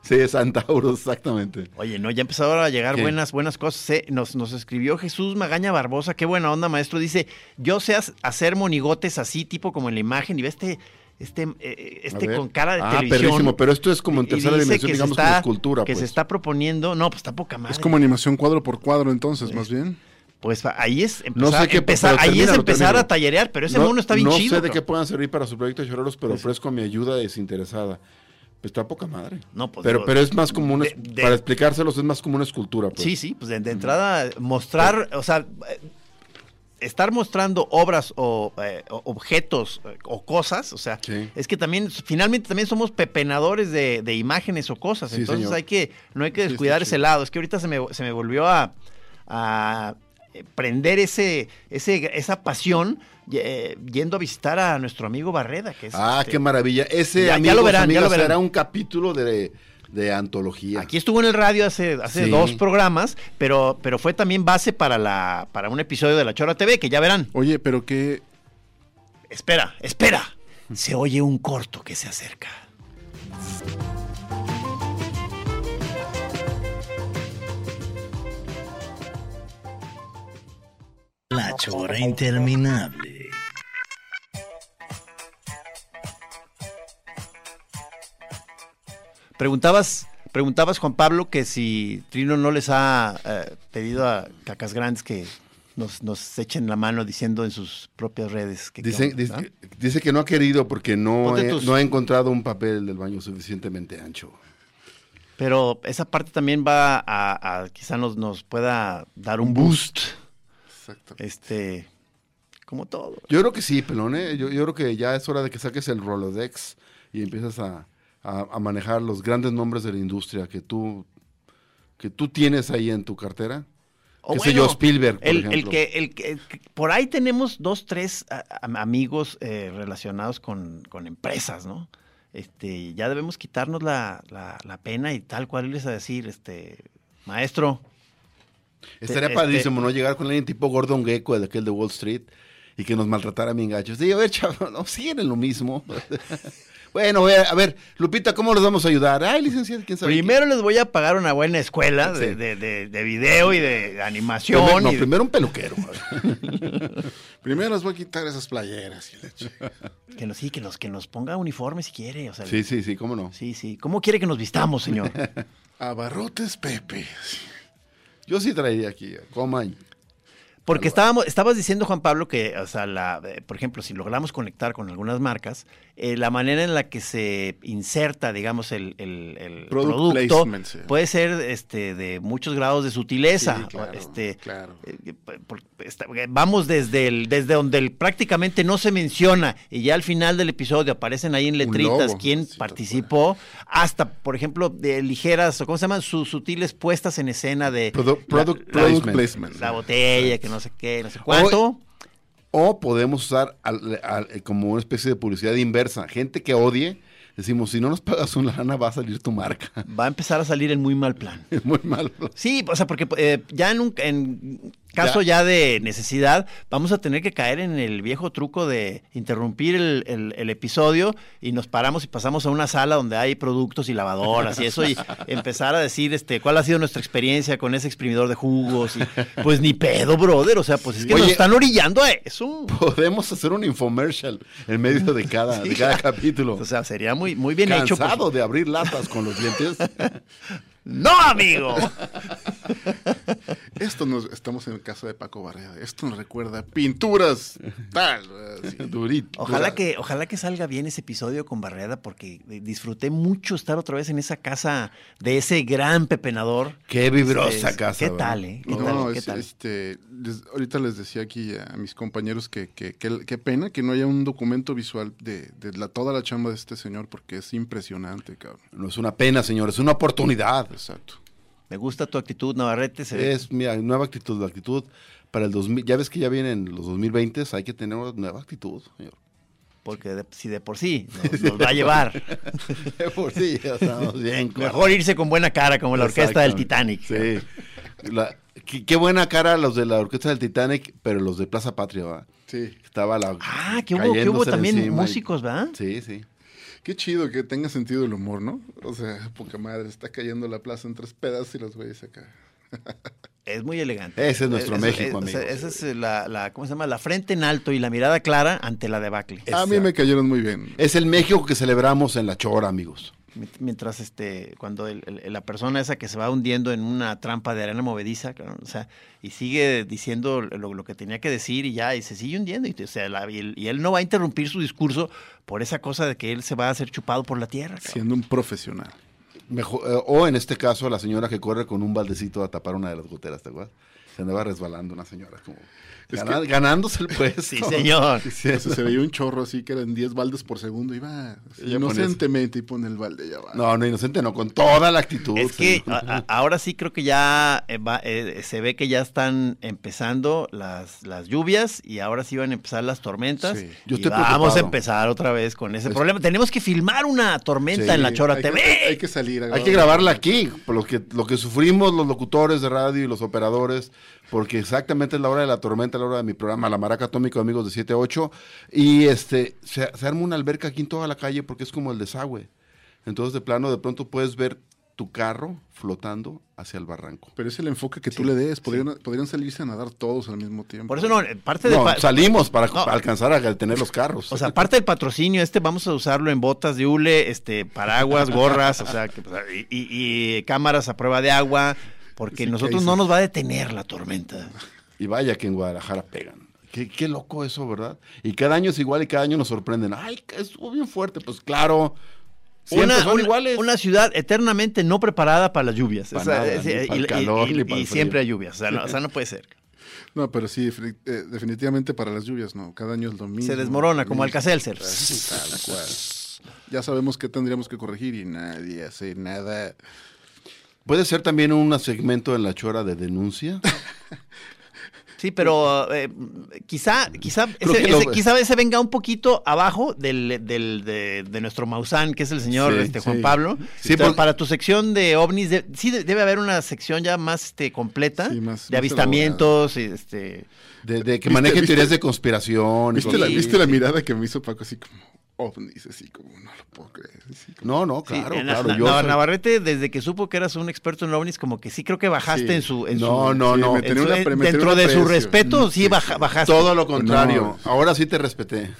Speaker 5: Sí, Santauros, exactamente.
Speaker 4: Oye, no, ya empezaron a llegar
Speaker 5: ¿Qué?
Speaker 4: buenas, buenas cosas. eh. Nos, nos escribió Jesús Magaña Barbosa, qué buena onda, maestro. Dice, yo sé as- hacer monigotes así, tipo como en la imagen, y ve este, este, eh, eh, este
Speaker 5: A ver.
Speaker 4: con cara de
Speaker 5: ah,
Speaker 4: televisión.
Speaker 5: perrísimo, pero esto es como en
Speaker 4: Y
Speaker 5: tercera
Speaker 4: dice
Speaker 5: dimensión,
Speaker 4: que se
Speaker 5: digamos,
Speaker 4: está-
Speaker 5: como escultura.
Speaker 4: Que se
Speaker 5: pues.
Speaker 4: está proponiendo, no, pues está poca madre.
Speaker 3: Es como animación cuadro por cuadro, entonces, más bien.
Speaker 4: Pues fa- ahí es
Speaker 5: No
Speaker 4: empezar,
Speaker 5: sé qué
Speaker 4: empezar-
Speaker 5: pero
Speaker 4: ahí es
Speaker 5: termínalo,
Speaker 4: empezar
Speaker 5: termínalo.
Speaker 4: a tallerear, pero ese
Speaker 5: no,
Speaker 4: mono está bien
Speaker 5: no
Speaker 4: chido.
Speaker 5: sé de qué
Speaker 4: cabrón.
Speaker 5: puedan servir para su proyecto de Chororos, pero ofrezco mi ayuda desinteresada. Pues está poca madre.
Speaker 4: No, pues,
Speaker 5: pero,
Speaker 4: digo,
Speaker 5: pero es más como una.
Speaker 4: de- de-
Speaker 5: para pues. explicárselos, es más como una escultura. Pues.
Speaker 4: Sí, sí, pues de, de entrada mostrar, o sea, eh, estar mostrando obras o eh, o- objetos eh, o cosas, o sea,
Speaker 5: Sí.
Speaker 4: es que también finalmente también somos pepenadores de, de imágenes o cosas,
Speaker 5: Sí,
Speaker 4: entonces
Speaker 5: señor.
Speaker 4: hay que no hay que
Speaker 5: está
Speaker 4: descuidar ese
Speaker 5: chido.
Speaker 4: lado, es que ahorita se me, se me volvió a, a, eh, prender ese, ese esa pasión y- eh, yendo a visitar a nuestro amigo Barreda, que es
Speaker 5: Ah,
Speaker 4: este,
Speaker 5: qué maravilla. Ese
Speaker 4: Ya- ya
Speaker 5: amigos,
Speaker 4: lo verán, ya
Speaker 5: amigas,
Speaker 4: lo verán.
Speaker 5: será un capítulo de, de antología.
Speaker 4: Aquí estuvo en el radio hace, hace
Speaker 5: Sí.
Speaker 4: dos programas, pero, pero fue también base para, la, para un episodio de La Chora TV, que ya verán.
Speaker 3: Oye, pero qué,
Speaker 4: Espera, espera. Se oye un corto que se acerca.
Speaker 8: La chora interminable.
Speaker 4: Preguntabas, preguntabas Juan Pablo, que si Trino no les ha eh, pedido a Cacas Grandes que nos, nos echen la mano diciendo en sus propias redes que... qué
Speaker 5: Dice,
Speaker 4: onda, ¿verdad?
Speaker 5: dice, dice que no ha querido porque no,
Speaker 4: Ponte
Speaker 5: he-
Speaker 4: tus-
Speaker 5: no ha encontrado un papel del baño suficientemente ancho.
Speaker 4: Pero esa parte también va a, a- quizá nos, nos pueda dar un boost.
Speaker 3: Exactamente.
Speaker 4: Este, como todo.
Speaker 5: Yo creo que sí, Pelón, ¿eh? yo, yo creo que ya es hora de que saques el Rolodex y empiezas a, a- a manejar los grandes nombres de la industria que tú, que tú tienes ahí en tu cartera.
Speaker 4: O
Speaker 5: Qué sé yo, Spielberg, por
Speaker 4: el, el
Speaker 5: ejemplo.
Speaker 4: que, el que- el que- por ahí tenemos dos, tres a- a- amigos eh, relacionados con, con empresas, ¿no? Este, ya debemos quitarnos la, la- la pena y tal cual irles a decir, este, maestro,
Speaker 5: Estaría
Speaker 4: Este-
Speaker 5: padrísimo, ¿no? Llegar con alguien tipo Gordon Gecko, el aquel de Wall Street, y que nos maltratara bien gachos. Digo, a ver, chaval, no, siguen en lo mismo. bueno, a ver, a ver, Lupita, ¿cómo los vamos a ayudar? Ay, licenciada, quién sabe.
Speaker 4: primero les voy a pagar una buena escuela de,
Speaker 5: Sí.
Speaker 4: de- de- de video y de
Speaker 5: quién?
Speaker 4: animación.
Speaker 5: Primero- no,
Speaker 4: y de-
Speaker 5: primero un peluquero.
Speaker 3: Primero les voy a quitar esas playeras y la chingada.
Speaker 4: que nos, sí, que nos, que nos ponga uniforme si quiere. O sea,
Speaker 5: sí, sí, sí, ¿cómo no?
Speaker 4: sí, sí. ¿Cómo quiere que nos vistamos, señor?
Speaker 3: Abarrotes Pepe. así.
Speaker 5: Yo sí traería aquí, coman.
Speaker 4: Porque estábamos, estabas diciendo, Juan Pablo, que, o sea, la, eh, por ejemplo, si logramos conectar con algunas marcas, eh, la manera en la que se inserta, digamos, el, el- el
Speaker 3: Product
Speaker 4: producto
Speaker 3: placement, sí.
Speaker 4: puede ser este, de muchos grados de sutileza.
Speaker 3: Sí, claro,
Speaker 4: este,
Speaker 3: claro.
Speaker 4: eh, eh, por- esta- eh, vamos desde, el, desde donde el- prácticamente no se menciona y ya al final del episodio aparecen ahí en letritas
Speaker 3: logo,
Speaker 4: quién
Speaker 3: sí, tal
Speaker 4: participó, hasta, por ejemplo, de ligeras, o ¿cómo se llaman? Sus sutiles puestas en escena de...
Speaker 5: Produ-
Speaker 4: la-
Speaker 5: product
Speaker 4: la-
Speaker 3: Product
Speaker 5: Placement.
Speaker 3: placement.
Speaker 4: la botella, que no sé qué, no sé cuánto.
Speaker 5: O podemos usar al- al- eh, como una especie de publicidad inversa. Gente que odie, decimos, si no nos pagas una lana, va a salir tu marca.
Speaker 4: Va a empezar a salir en muy mal plan.
Speaker 5: Es muy malo.
Speaker 4: Sí, o sea, porque eh, ya en un en caso ya. de necesidad, vamos a tener que caer en el viejo truco de interrumpir el, el- el episodio y nos paramos y pasamos a una sala donde hay productos y lavadoras y eso, y empezar a decir este cuál ha sido nuestra experiencia con ese exprimidor de jugos. Y, pues ni pedo, brother. O sea, pues es que nos
Speaker 5: Oye.
Speaker 4: están orillando a eso.
Speaker 5: Podemos hacer un infomercial en medio de cada, de cada capítulo.
Speaker 4: O sea, sería muy, muy bien hecho. pues. por
Speaker 5: cansado de abrir latas con los dientes.
Speaker 4: ¡No, amigo!
Speaker 3: Esto nos, estamos en el caso de Paco Barrera. Esto nos recuerda a pinturas tal. así.
Speaker 5: Durito.
Speaker 4: Ojalá que, ojalá que salga bien ese episodio con Barreda, porque eh, disfruté mucho estar otra vez en esa casa de ese gran pepenador.
Speaker 5: Qué vibrosa
Speaker 4: Este,
Speaker 5: casa.
Speaker 4: ¿Qué
Speaker 5: ¿verdad?
Speaker 4: tal, eh? ¿Qué
Speaker 3: No,
Speaker 4: tal? ¿Qué
Speaker 3: es-
Speaker 4: tal?
Speaker 3: este, les- ahorita les decía aquí a mis compañeros que qué pena que no haya un documento visual de, de la, toda la chamba de este señor porque es impresionante, cabrón.
Speaker 5: No es una pena, señor, es una oportunidad.
Speaker 3: Exacto.
Speaker 4: Me gusta tu actitud, Navarrete. Se ve-
Speaker 5: Es mira, nueva actitud, la actitud para el 2000. Ya ves que ya vienen los 2020, hay que tener una nueva actitud, señor.
Speaker 4: porque de- si de por sí nos, nos va a llevar.
Speaker 5: De Por sí, ya estamos bien.
Speaker 4: Mejor irse con buena cara, como la orquesta del Titanic.
Speaker 5: Sí. La- qué, qué buena cara los de la orquesta del Titanic, pero los de Plaza Patria, ¿verdad?
Speaker 3: Sí.
Speaker 5: Estaba la.
Speaker 4: Ah, que hubo, que hubo
Speaker 5: cayéndosele
Speaker 4: también
Speaker 5: encima y-
Speaker 4: músicos, ¿verdad?
Speaker 5: Sí, sí.
Speaker 3: Qué chido que tenga sentido el humor, ¿no? O sea, poca madre, está cayendo la plaza en tres pedazos y los güeyes acá.
Speaker 4: Es muy elegante.
Speaker 5: Ese es nuestro México,
Speaker 4: o sea,
Speaker 5: amigos.
Speaker 4: Esa es eh, la, la- ¿cómo se llama? La frente en alto y la mirada clara ante la debacle.
Speaker 3: A mí
Speaker 5: Exacto.
Speaker 3: me cayeron muy bien.
Speaker 5: Es el México que celebramos en la chora, amigos.
Speaker 4: Mient- Mientras este, cuando el- el- la persona esa que se va hundiendo en una trampa de arena movediza, claro, o sea, y sigue diciendo lo, lo que tenía que decir y ya, y se sigue hundiendo, y, o sea, la- y, él, y él no va a interrumpir su discurso por esa cosa de que él se va a hacer chupado por la tierra. cabrón.
Speaker 3: Siendo un profesional.
Speaker 5: Mejor- eh, o en este caso, la señora que corre con un baldecito a tapar una de las goteras, ¿te acuerdas? Se andaba resbalando una señora, como gana- ganándose el puesto.
Speaker 4: Sí, señor.
Speaker 5: Sí,
Speaker 3: O sea, se veía un chorro así que eran 10 baldes por segundo y va
Speaker 5: Y ya pone
Speaker 3: inocentemente y pone el balde ya va.
Speaker 5: No, no, inocente, no, con toda la actitud.
Speaker 4: Es que
Speaker 5: señor.
Speaker 4: a- a- ahora sí creo que ya eh, va- eh, se ve que ya están empezando las, las lluvias y ahora sí van a empezar las tormentas.
Speaker 5: Sí. Yo
Speaker 4: Y
Speaker 5: estoy
Speaker 4: vamos
Speaker 5: preocupado.
Speaker 4: a empezar otra vez con ese
Speaker 5: Es-
Speaker 4: problema. Tenemos que filmar una tormenta
Speaker 5: Sí,
Speaker 4: en la Chora
Speaker 3: hay
Speaker 4: TV.
Speaker 3: Que, hay que salir. a
Speaker 5: Hay que grabarla aquí, por lo que, lo que sufrimos los locutores de radio y los operadores, porque exactamente es la hora de la tormenta, la hora de mi programa, La Maraca Atómica, amigos de 7 a 8. Y este, se, se arma una alberca aquí en toda la calle porque es como el desagüe. Entonces, de plano, de pronto puedes ver tu carro flotando hacia el barranco.
Speaker 3: Pero es el enfoque que tú
Speaker 4: Sí,
Speaker 3: le des. Podrían, podrían salirse a nadar todos al mismo tiempo.
Speaker 4: Por eso no, eh, parte de...
Speaker 5: No,
Speaker 4: pa-
Speaker 5: salimos para,
Speaker 4: No.
Speaker 5: para alcanzar a tener los carros.
Speaker 4: O sea, aparte del patrocinio, este vamos a usarlo en botas de hule, este, paraguas, gorras, o sea, que, pues, y, y- y cámaras a prueba de agua, porque
Speaker 3: Sí,
Speaker 4: nosotros
Speaker 3: que
Speaker 4: no
Speaker 3: dices-
Speaker 4: nos va a detener la tormenta.
Speaker 5: Y vaya que en Guadalajara pegan. Qué, qué loco eso, ¿verdad? Y cada año es igual y cada año nos sorprenden. Ay, estuvo bien fuerte. Pues claro, siempre
Speaker 4: Una,
Speaker 5: son
Speaker 4: una-
Speaker 5: iguales.
Speaker 4: una ciudad eternamente no preparada para las lluvias.
Speaker 5: Para
Speaker 4: O sea,
Speaker 5: nada,
Speaker 4: es-
Speaker 5: ni
Speaker 4: eh,
Speaker 5: para
Speaker 4: y-
Speaker 5: el calor,
Speaker 4: y-
Speaker 5: ni
Speaker 4: y-
Speaker 5: para el
Speaker 4: y
Speaker 5: frío.
Speaker 4: siempre hay lluvias, o sea, no, o sea, no puede ser.
Speaker 3: No, pero sí, defini- eh, definitivamente para las lluvias no. Cada año es lo mismo.
Speaker 4: Se desmorona como
Speaker 3: Lo mismo.
Speaker 4: Alcacelser.
Speaker 3: Tal cual. Ya sabemos qué tendríamos que corregir y nadie hace nada.
Speaker 5: Puede ser también un segmento en la chora de denuncia.
Speaker 4: Sí, pero eh, quizá, quizá,
Speaker 5: Creo
Speaker 4: ese,
Speaker 5: que lo-
Speaker 4: ese- quizá ese venga un poquito abajo del, del- de, de nuestro Maussan, que es el señor
Speaker 5: Sí,
Speaker 4: este, Juan
Speaker 5: sí.
Speaker 4: Pablo.
Speaker 5: Sí,
Speaker 4: Pero
Speaker 5: porque-
Speaker 4: para tu sección de ovnis, de- sí de- debe haber una sección ya más este, completa
Speaker 3: Sí, más-
Speaker 4: de
Speaker 3: más
Speaker 4: avistamientos. y, Este,
Speaker 5: De, de que
Speaker 3: ¿Viste-
Speaker 5: maneje
Speaker 3: viste-
Speaker 5: teorías de conspiración. y
Speaker 3: ¿Viste
Speaker 5: cosas
Speaker 3: la,
Speaker 5: así.
Speaker 3: ¿Viste la mirada que me hizo Paco así como ovnis? Así como no lo puedo creer. así como-
Speaker 5: No, no,
Speaker 4: sí,
Speaker 5: claro,
Speaker 4: en-
Speaker 5: claro.
Speaker 4: Na-
Speaker 5: yo
Speaker 4: Na-
Speaker 5: soy-
Speaker 4: Navarrete, desde que supo que eras un experto en ovnis, como que sí creo que bajaste
Speaker 3: Sí.
Speaker 4: en su... en
Speaker 5: No,
Speaker 4: su-
Speaker 5: no,
Speaker 3: Sí,
Speaker 5: no.
Speaker 3: me tenía
Speaker 4: en su-
Speaker 3: una pre- me tenía
Speaker 4: dentro
Speaker 3: un
Speaker 4: de su
Speaker 3: aprecio.
Speaker 4: respeto,
Speaker 3: Mm,
Speaker 4: sí, baja- bajaste.
Speaker 5: todo lo contrario.
Speaker 3: No.
Speaker 5: Ahora sí te respeté.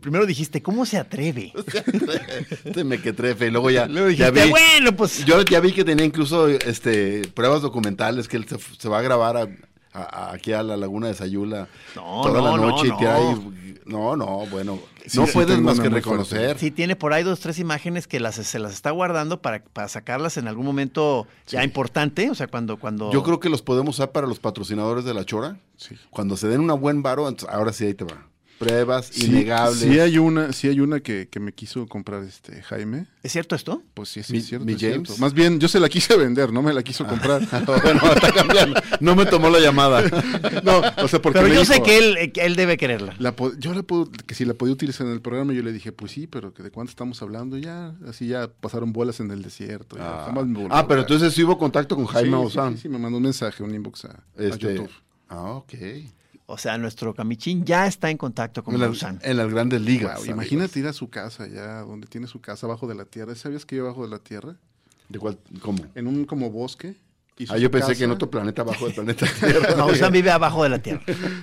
Speaker 4: Primero dijiste, ¿cómo se atreve?
Speaker 5: Te me quetrefe. Este Y luego ya,
Speaker 4: Luego
Speaker 5: ya
Speaker 4: dijiste,
Speaker 5: vi.
Speaker 4: bueno, pues...
Speaker 5: Yo ya vi que tenía incluso este pruebas documentales que él se, se va a grabar a- a- a- aquí a la laguna de Sayula
Speaker 4: No,
Speaker 5: toda
Speaker 4: no,
Speaker 5: la noche
Speaker 4: no,
Speaker 5: y te
Speaker 4: no.
Speaker 5: hay- no, no, bueno,
Speaker 3: Sí,
Speaker 5: no
Speaker 3: sí,
Speaker 5: puedes
Speaker 3: tengo
Speaker 5: más
Speaker 3: una
Speaker 5: que
Speaker 3: muy fuerte.
Speaker 5: reconocer.
Speaker 4: Sí, tiene por ahí dos, tres imágenes que las, se las está guardando para, para sacarlas en algún momento ya importante. O sea, cuando, cuando.
Speaker 5: Yo creo que los podemos usar para los patrocinadores de la chora.
Speaker 3: Sí.
Speaker 5: Cuando se den una buen varo, entonces, ahora sí ahí te va. Pruebas
Speaker 3: Sí,
Speaker 5: innegables.
Speaker 3: Sí hay una, sí hay una que, que me quiso comprar este Jaime.
Speaker 4: ¿Es cierto esto?
Speaker 3: Pues sí, sí,
Speaker 5: Mi-
Speaker 3: es cierto.
Speaker 5: mi
Speaker 3: es cierto.
Speaker 5: James.
Speaker 3: Más bien, yo se la quise vender, no me la
Speaker 4: Ah.
Speaker 3: quiso comprar.
Speaker 5: Bueno, está cambiando. No me tomó la llamada.
Speaker 3: no, o sea, porque
Speaker 4: Pero
Speaker 3: me
Speaker 4: yo sé
Speaker 3: dijo,
Speaker 4: que él, eh, que él debe quererla.
Speaker 3: la po- yo la puedo, que si la podía utilizar en el programa, yo le dije, pues sí, pero que de cuánto estamos hablando ya, así ya pasaron bolas en el desierto. ya,
Speaker 5: Ah,
Speaker 3: jamás me volvió a
Speaker 5: Ah, pero
Speaker 3: hablar.
Speaker 5: entonces sí hubo contacto con Jaime
Speaker 3: Sí,
Speaker 5: Maussan.
Speaker 3: Sí, sí, sí, me mandó un mensaje, un inbox a, a
Speaker 5: Este,
Speaker 3: YouTube.
Speaker 5: Ah, ok.
Speaker 4: O sea, nuestro camichín ya está en contacto con
Speaker 5: En, las-
Speaker 4: Maussan.
Speaker 5: en las grandes ligas.
Speaker 3: Wow,
Speaker 5: amigos.
Speaker 3: imagínate ir a su casa ya, donde tiene su casa abajo de la tierra. ¿Sabías que yo abajo de la tierra?
Speaker 5: ¿De cuál? ¿Cómo?
Speaker 3: En un como bosque. hizo
Speaker 5: Ah, yo
Speaker 3: su
Speaker 5: pensé que en
Speaker 3: casa.
Speaker 5: otro planeta abajo del planeta Tierra.
Speaker 4: Maussan vive abajo de la tierra.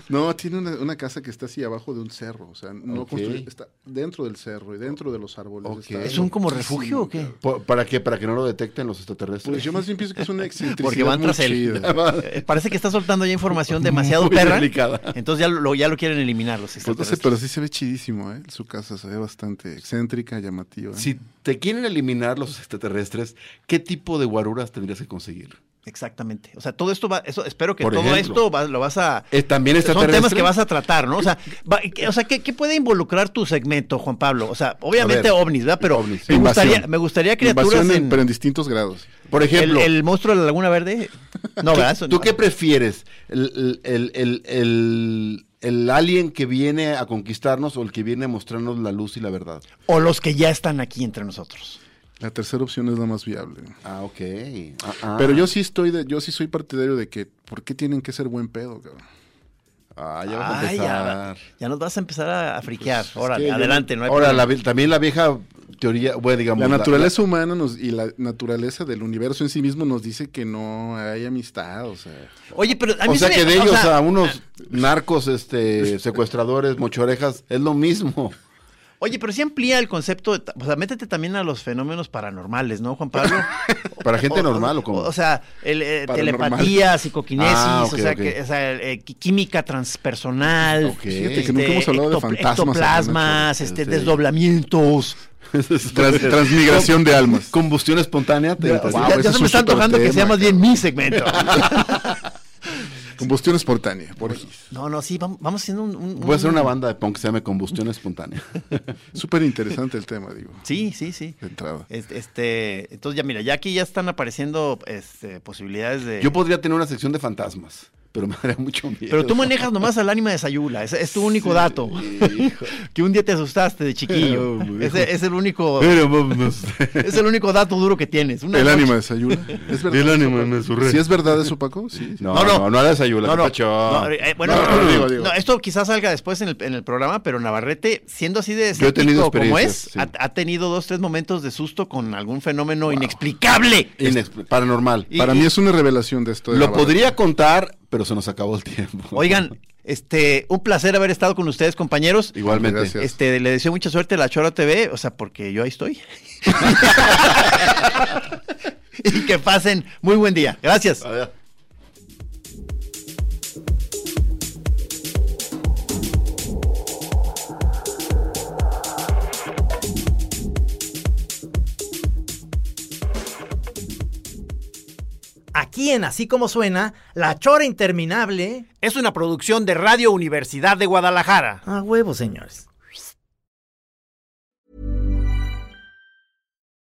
Speaker 3: No, tiene una, una casa que está así abajo de un cerro, o sea, no
Speaker 5: Ok.
Speaker 3: construye, está dentro del cerro y dentro de los árboles.
Speaker 5: Ok.
Speaker 3: está
Speaker 4: ¿Es un como
Speaker 3: loquísimo,
Speaker 4: refugio o qué?
Speaker 3: cabrón.
Speaker 5: Po- ¿Para qué? ¿Para que no lo detecten los extraterrestres?
Speaker 3: Pues yo más bien pienso que es una excentricidad
Speaker 4: Porque van
Speaker 3: muy
Speaker 4: tras él.
Speaker 3: chida.
Speaker 4: Eh, Parece que está soltando ya información demasiado
Speaker 5: Muy
Speaker 4: perra.
Speaker 5: delicada.
Speaker 4: Entonces ya lo, ya lo quieren eliminar los
Speaker 3: Pues no sé,
Speaker 4: extraterrestres.
Speaker 3: pero sí se ve chidísimo, ¿eh? Su casa se ve bastante excéntrica, llamativa.
Speaker 5: Si te quieren eliminar los extraterrestres, ¿qué tipo de guaruras tendrías que conseguir?
Speaker 4: Exactamente. O sea, todo esto va, eso, espero que
Speaker 5: Por
Speaker 4: todo
Speaker 5: ejemplo.
Speaker 4: esto va- lo vas a.
Speaker 5: Eh, también
Speaker 4: Son
Speaker 5: extraterrestre.
Speaker 4: temas que vas a tratar, ¿no? O sea, va- o sea ¿qué, qué puede involucrar tu segmento, Juan Pablo? O sea, obviamente
Speaker 5: A ver,
Speaker 4: ovnis, ¿verdad? Pero
Speaker 5: ovnis.
Speaker 4: me gustaría,
Speaker 3: Invasión.
Speaker 4: me gustaría criaturas
Speaker 3: Invasión,
Speaker 4: en,
Speaker 3: pero en distintos grados.
Speaker 5: Por
Speaker 4: el,
Speaker 5: ejemplo,
Speaker 4: el monstruo de la Laguna Verde. No,
Speaker 5: ¿tú-
Speaker 4: ¿verdad? Eso
Speaker 5: ¿tú
Speaker 4: no.
Speaker 5: qué prefieres? ¿El, el, el, el, el- el alien que viene a conquistarnos o el que viene a mostrarnos la luz y la verdad?
Speaker 4: O los que ya están aquí entre nosotros.
Speaker 3: La tercera opción es la más viable.
Speaker 5: Ah, ok. Ah, ah.
Speaker 3: Pero yo sí estoy de, yo sí soy partidario de que ¿por qué tienen que ser buen pedo, cabrón?
Speaker 5: Ah, ya vas a
Speaker 4: Ay, ya,
Speaker 5: empezar.
Speaker 4: ya nos vas a empezar a, a friquear.
Speaker 3: Pues, es
Speaker 4: Órale,
Speaker 3: que yo-
Speaker 4: adelante. No hay
Speaker 5: Ahora, la
Speaker 4: problema.
Speaker 5: vie- también la vieja teoría, bueno, digamos...
Speaker 3: La naturaleza humana nos, y la naturaleza del universo en sí mismo nos dice que no hay amistad, o sea.
Speaker 4: Oye, pero a mí
Speaker 5: o sea
Speaker 4: se
Speaker 5: que
Speaker 4: me-
Speaker 5: de ellos
Speaker 4: sea,
Speaker 5: a unos narcos, este, secuestradores, mochorejas, es lo mismo.
Speaker 4: Oye, pero sí amplía el concepto, de ta- o sea, métete también a los fenómenos paranormales, ¿no, Juan Pablo?
Speaker 5: ¿Para gente
Speaker 4: O-
Speaker 5: normal o
Speaker 4: o,
Speaker 5: cómo?
Speaker 4: o sea, el, eh,
Speaker 5: Paranormal.
Speaker 4: telepatía, psicoquinesis,
Speaker 5: Ah, ok,
Speaker 4: o sea,
Speaker 5: ok.
Speaker 4: que- o sea, eh, qui- química transpersonal.
Speaker 5: Ok. Fíjate
Speaker 3: que nunca hemos hablado de fantasmas en la
Speaker 4: Ectoplasmas,
Speaker 5: noche.
Speaker 4: este,
Speaker 5: Sí.
Speaker 4: desdoblamientos.
Speaker 3: Trans- transmigración de almas.
Speaker 5: Combustión espontánea. te-
Speaker 4: O
Speaker 5: te-
Speaker 4: sea,
Speaker 3: Wow,
Speaker 4: ya-
Speaker 3: ese
Speaker 4: ya
Speaker 3: es
Speaker 4: se
Speaker 3: un
Speaker 4: me está
Speaker 3: súper
Speaker 4: antojando que
Speaker 3: tema,
Speaker 4: sea más bien mi segmento.
Speaker 3: Combustión espontánea, Borges.
Speaker 4: no, no, sí, vamos, vamos haciendo un, un-
Speaker 5: Voy a hacer
Speaker 4: un-
Speaker 5: una banda de punk que se llame Combustión Espontánea.
Speaker 3: Súper interesante el tema, digo,
Speaker 4: Sí, sí, sí.
Speaker 3: de entrada.
Speaker 4: Este, este, entonces ya mira, ya aquí ya están apareciendo este, posibilidades de.
Speaker 5: Yo podría tener una sección de fantasmas, pero me daría mucho miedo.
Speaker 4: Pero tú manejas nomás al ánima de Sayula, es, es tu único dato. que un día te asustaste de chiquillo.
Speaker 5: Oh, hijo.
Speaker 4: Ese- es, el único,
Speaker 5: Pero
Speaker 3: pues,
Speaker 5: vámonos.
Speaker 4: es el único dato duro que tienes. Una
Speaker 3: El
Speaker 4: noche-
Speaker 3: ánima de Sayula. ¿Es verdad?
Speaker 5: El ánima me surre.
Speaker 3: ¿Sí es verdad eso, Paco? Sí.
Speaker 5: No,
Speaker 4: No,
Speaker 5: no,
Speaker 4: no.
Speaker 5: no, no hagas ayuda.
Speaker 4: No, no,
Speaker 5: capacho.
Speaker 4: no, eh, bueno,
Speaker 3: No, no, no, digo,
Speaker 4: no,
Speaker 3: digo.
Speaker 4: esto quizás salga después en el, en el programa, pero Navarrete, siendo así de
Speaker 5: Yo he tenido
Speaker 4: escéptico como es,
Speaker 5: experiencias, sí.
Speaker 4: ha, ha tenido dos, tres momentos de susto con algún fenómeno inexplicable.
Speaker 5: Inex- paranormal.
Speaker 4: Y-
Speaker 3: Para mí es una revelación de esto. de
Speaker 5: Este, Lo
Speaker 3: Navarrete.
Speaker 5: podría contar, pero se nos acabó el tiempo.
Speaker 4: Oigan, este, un placer haber estado con ustedes, compañeros.
Speaker 5: Igualmente.
Speaker 3: Gracias.
Speaker 4: Este, le deseo mucha suerte a la Chora TV, o sea, porque yo ahí estoy. y que pasen muy buen día. Gracias.
Speaker 5: Adiós.
Speaker 9: Aquí en Así Como Suena, La Chora Interminable.
Speaker 2: Es una producción de Radio Universidad de Guadalajara.
Speaker 9: A huevo, señores.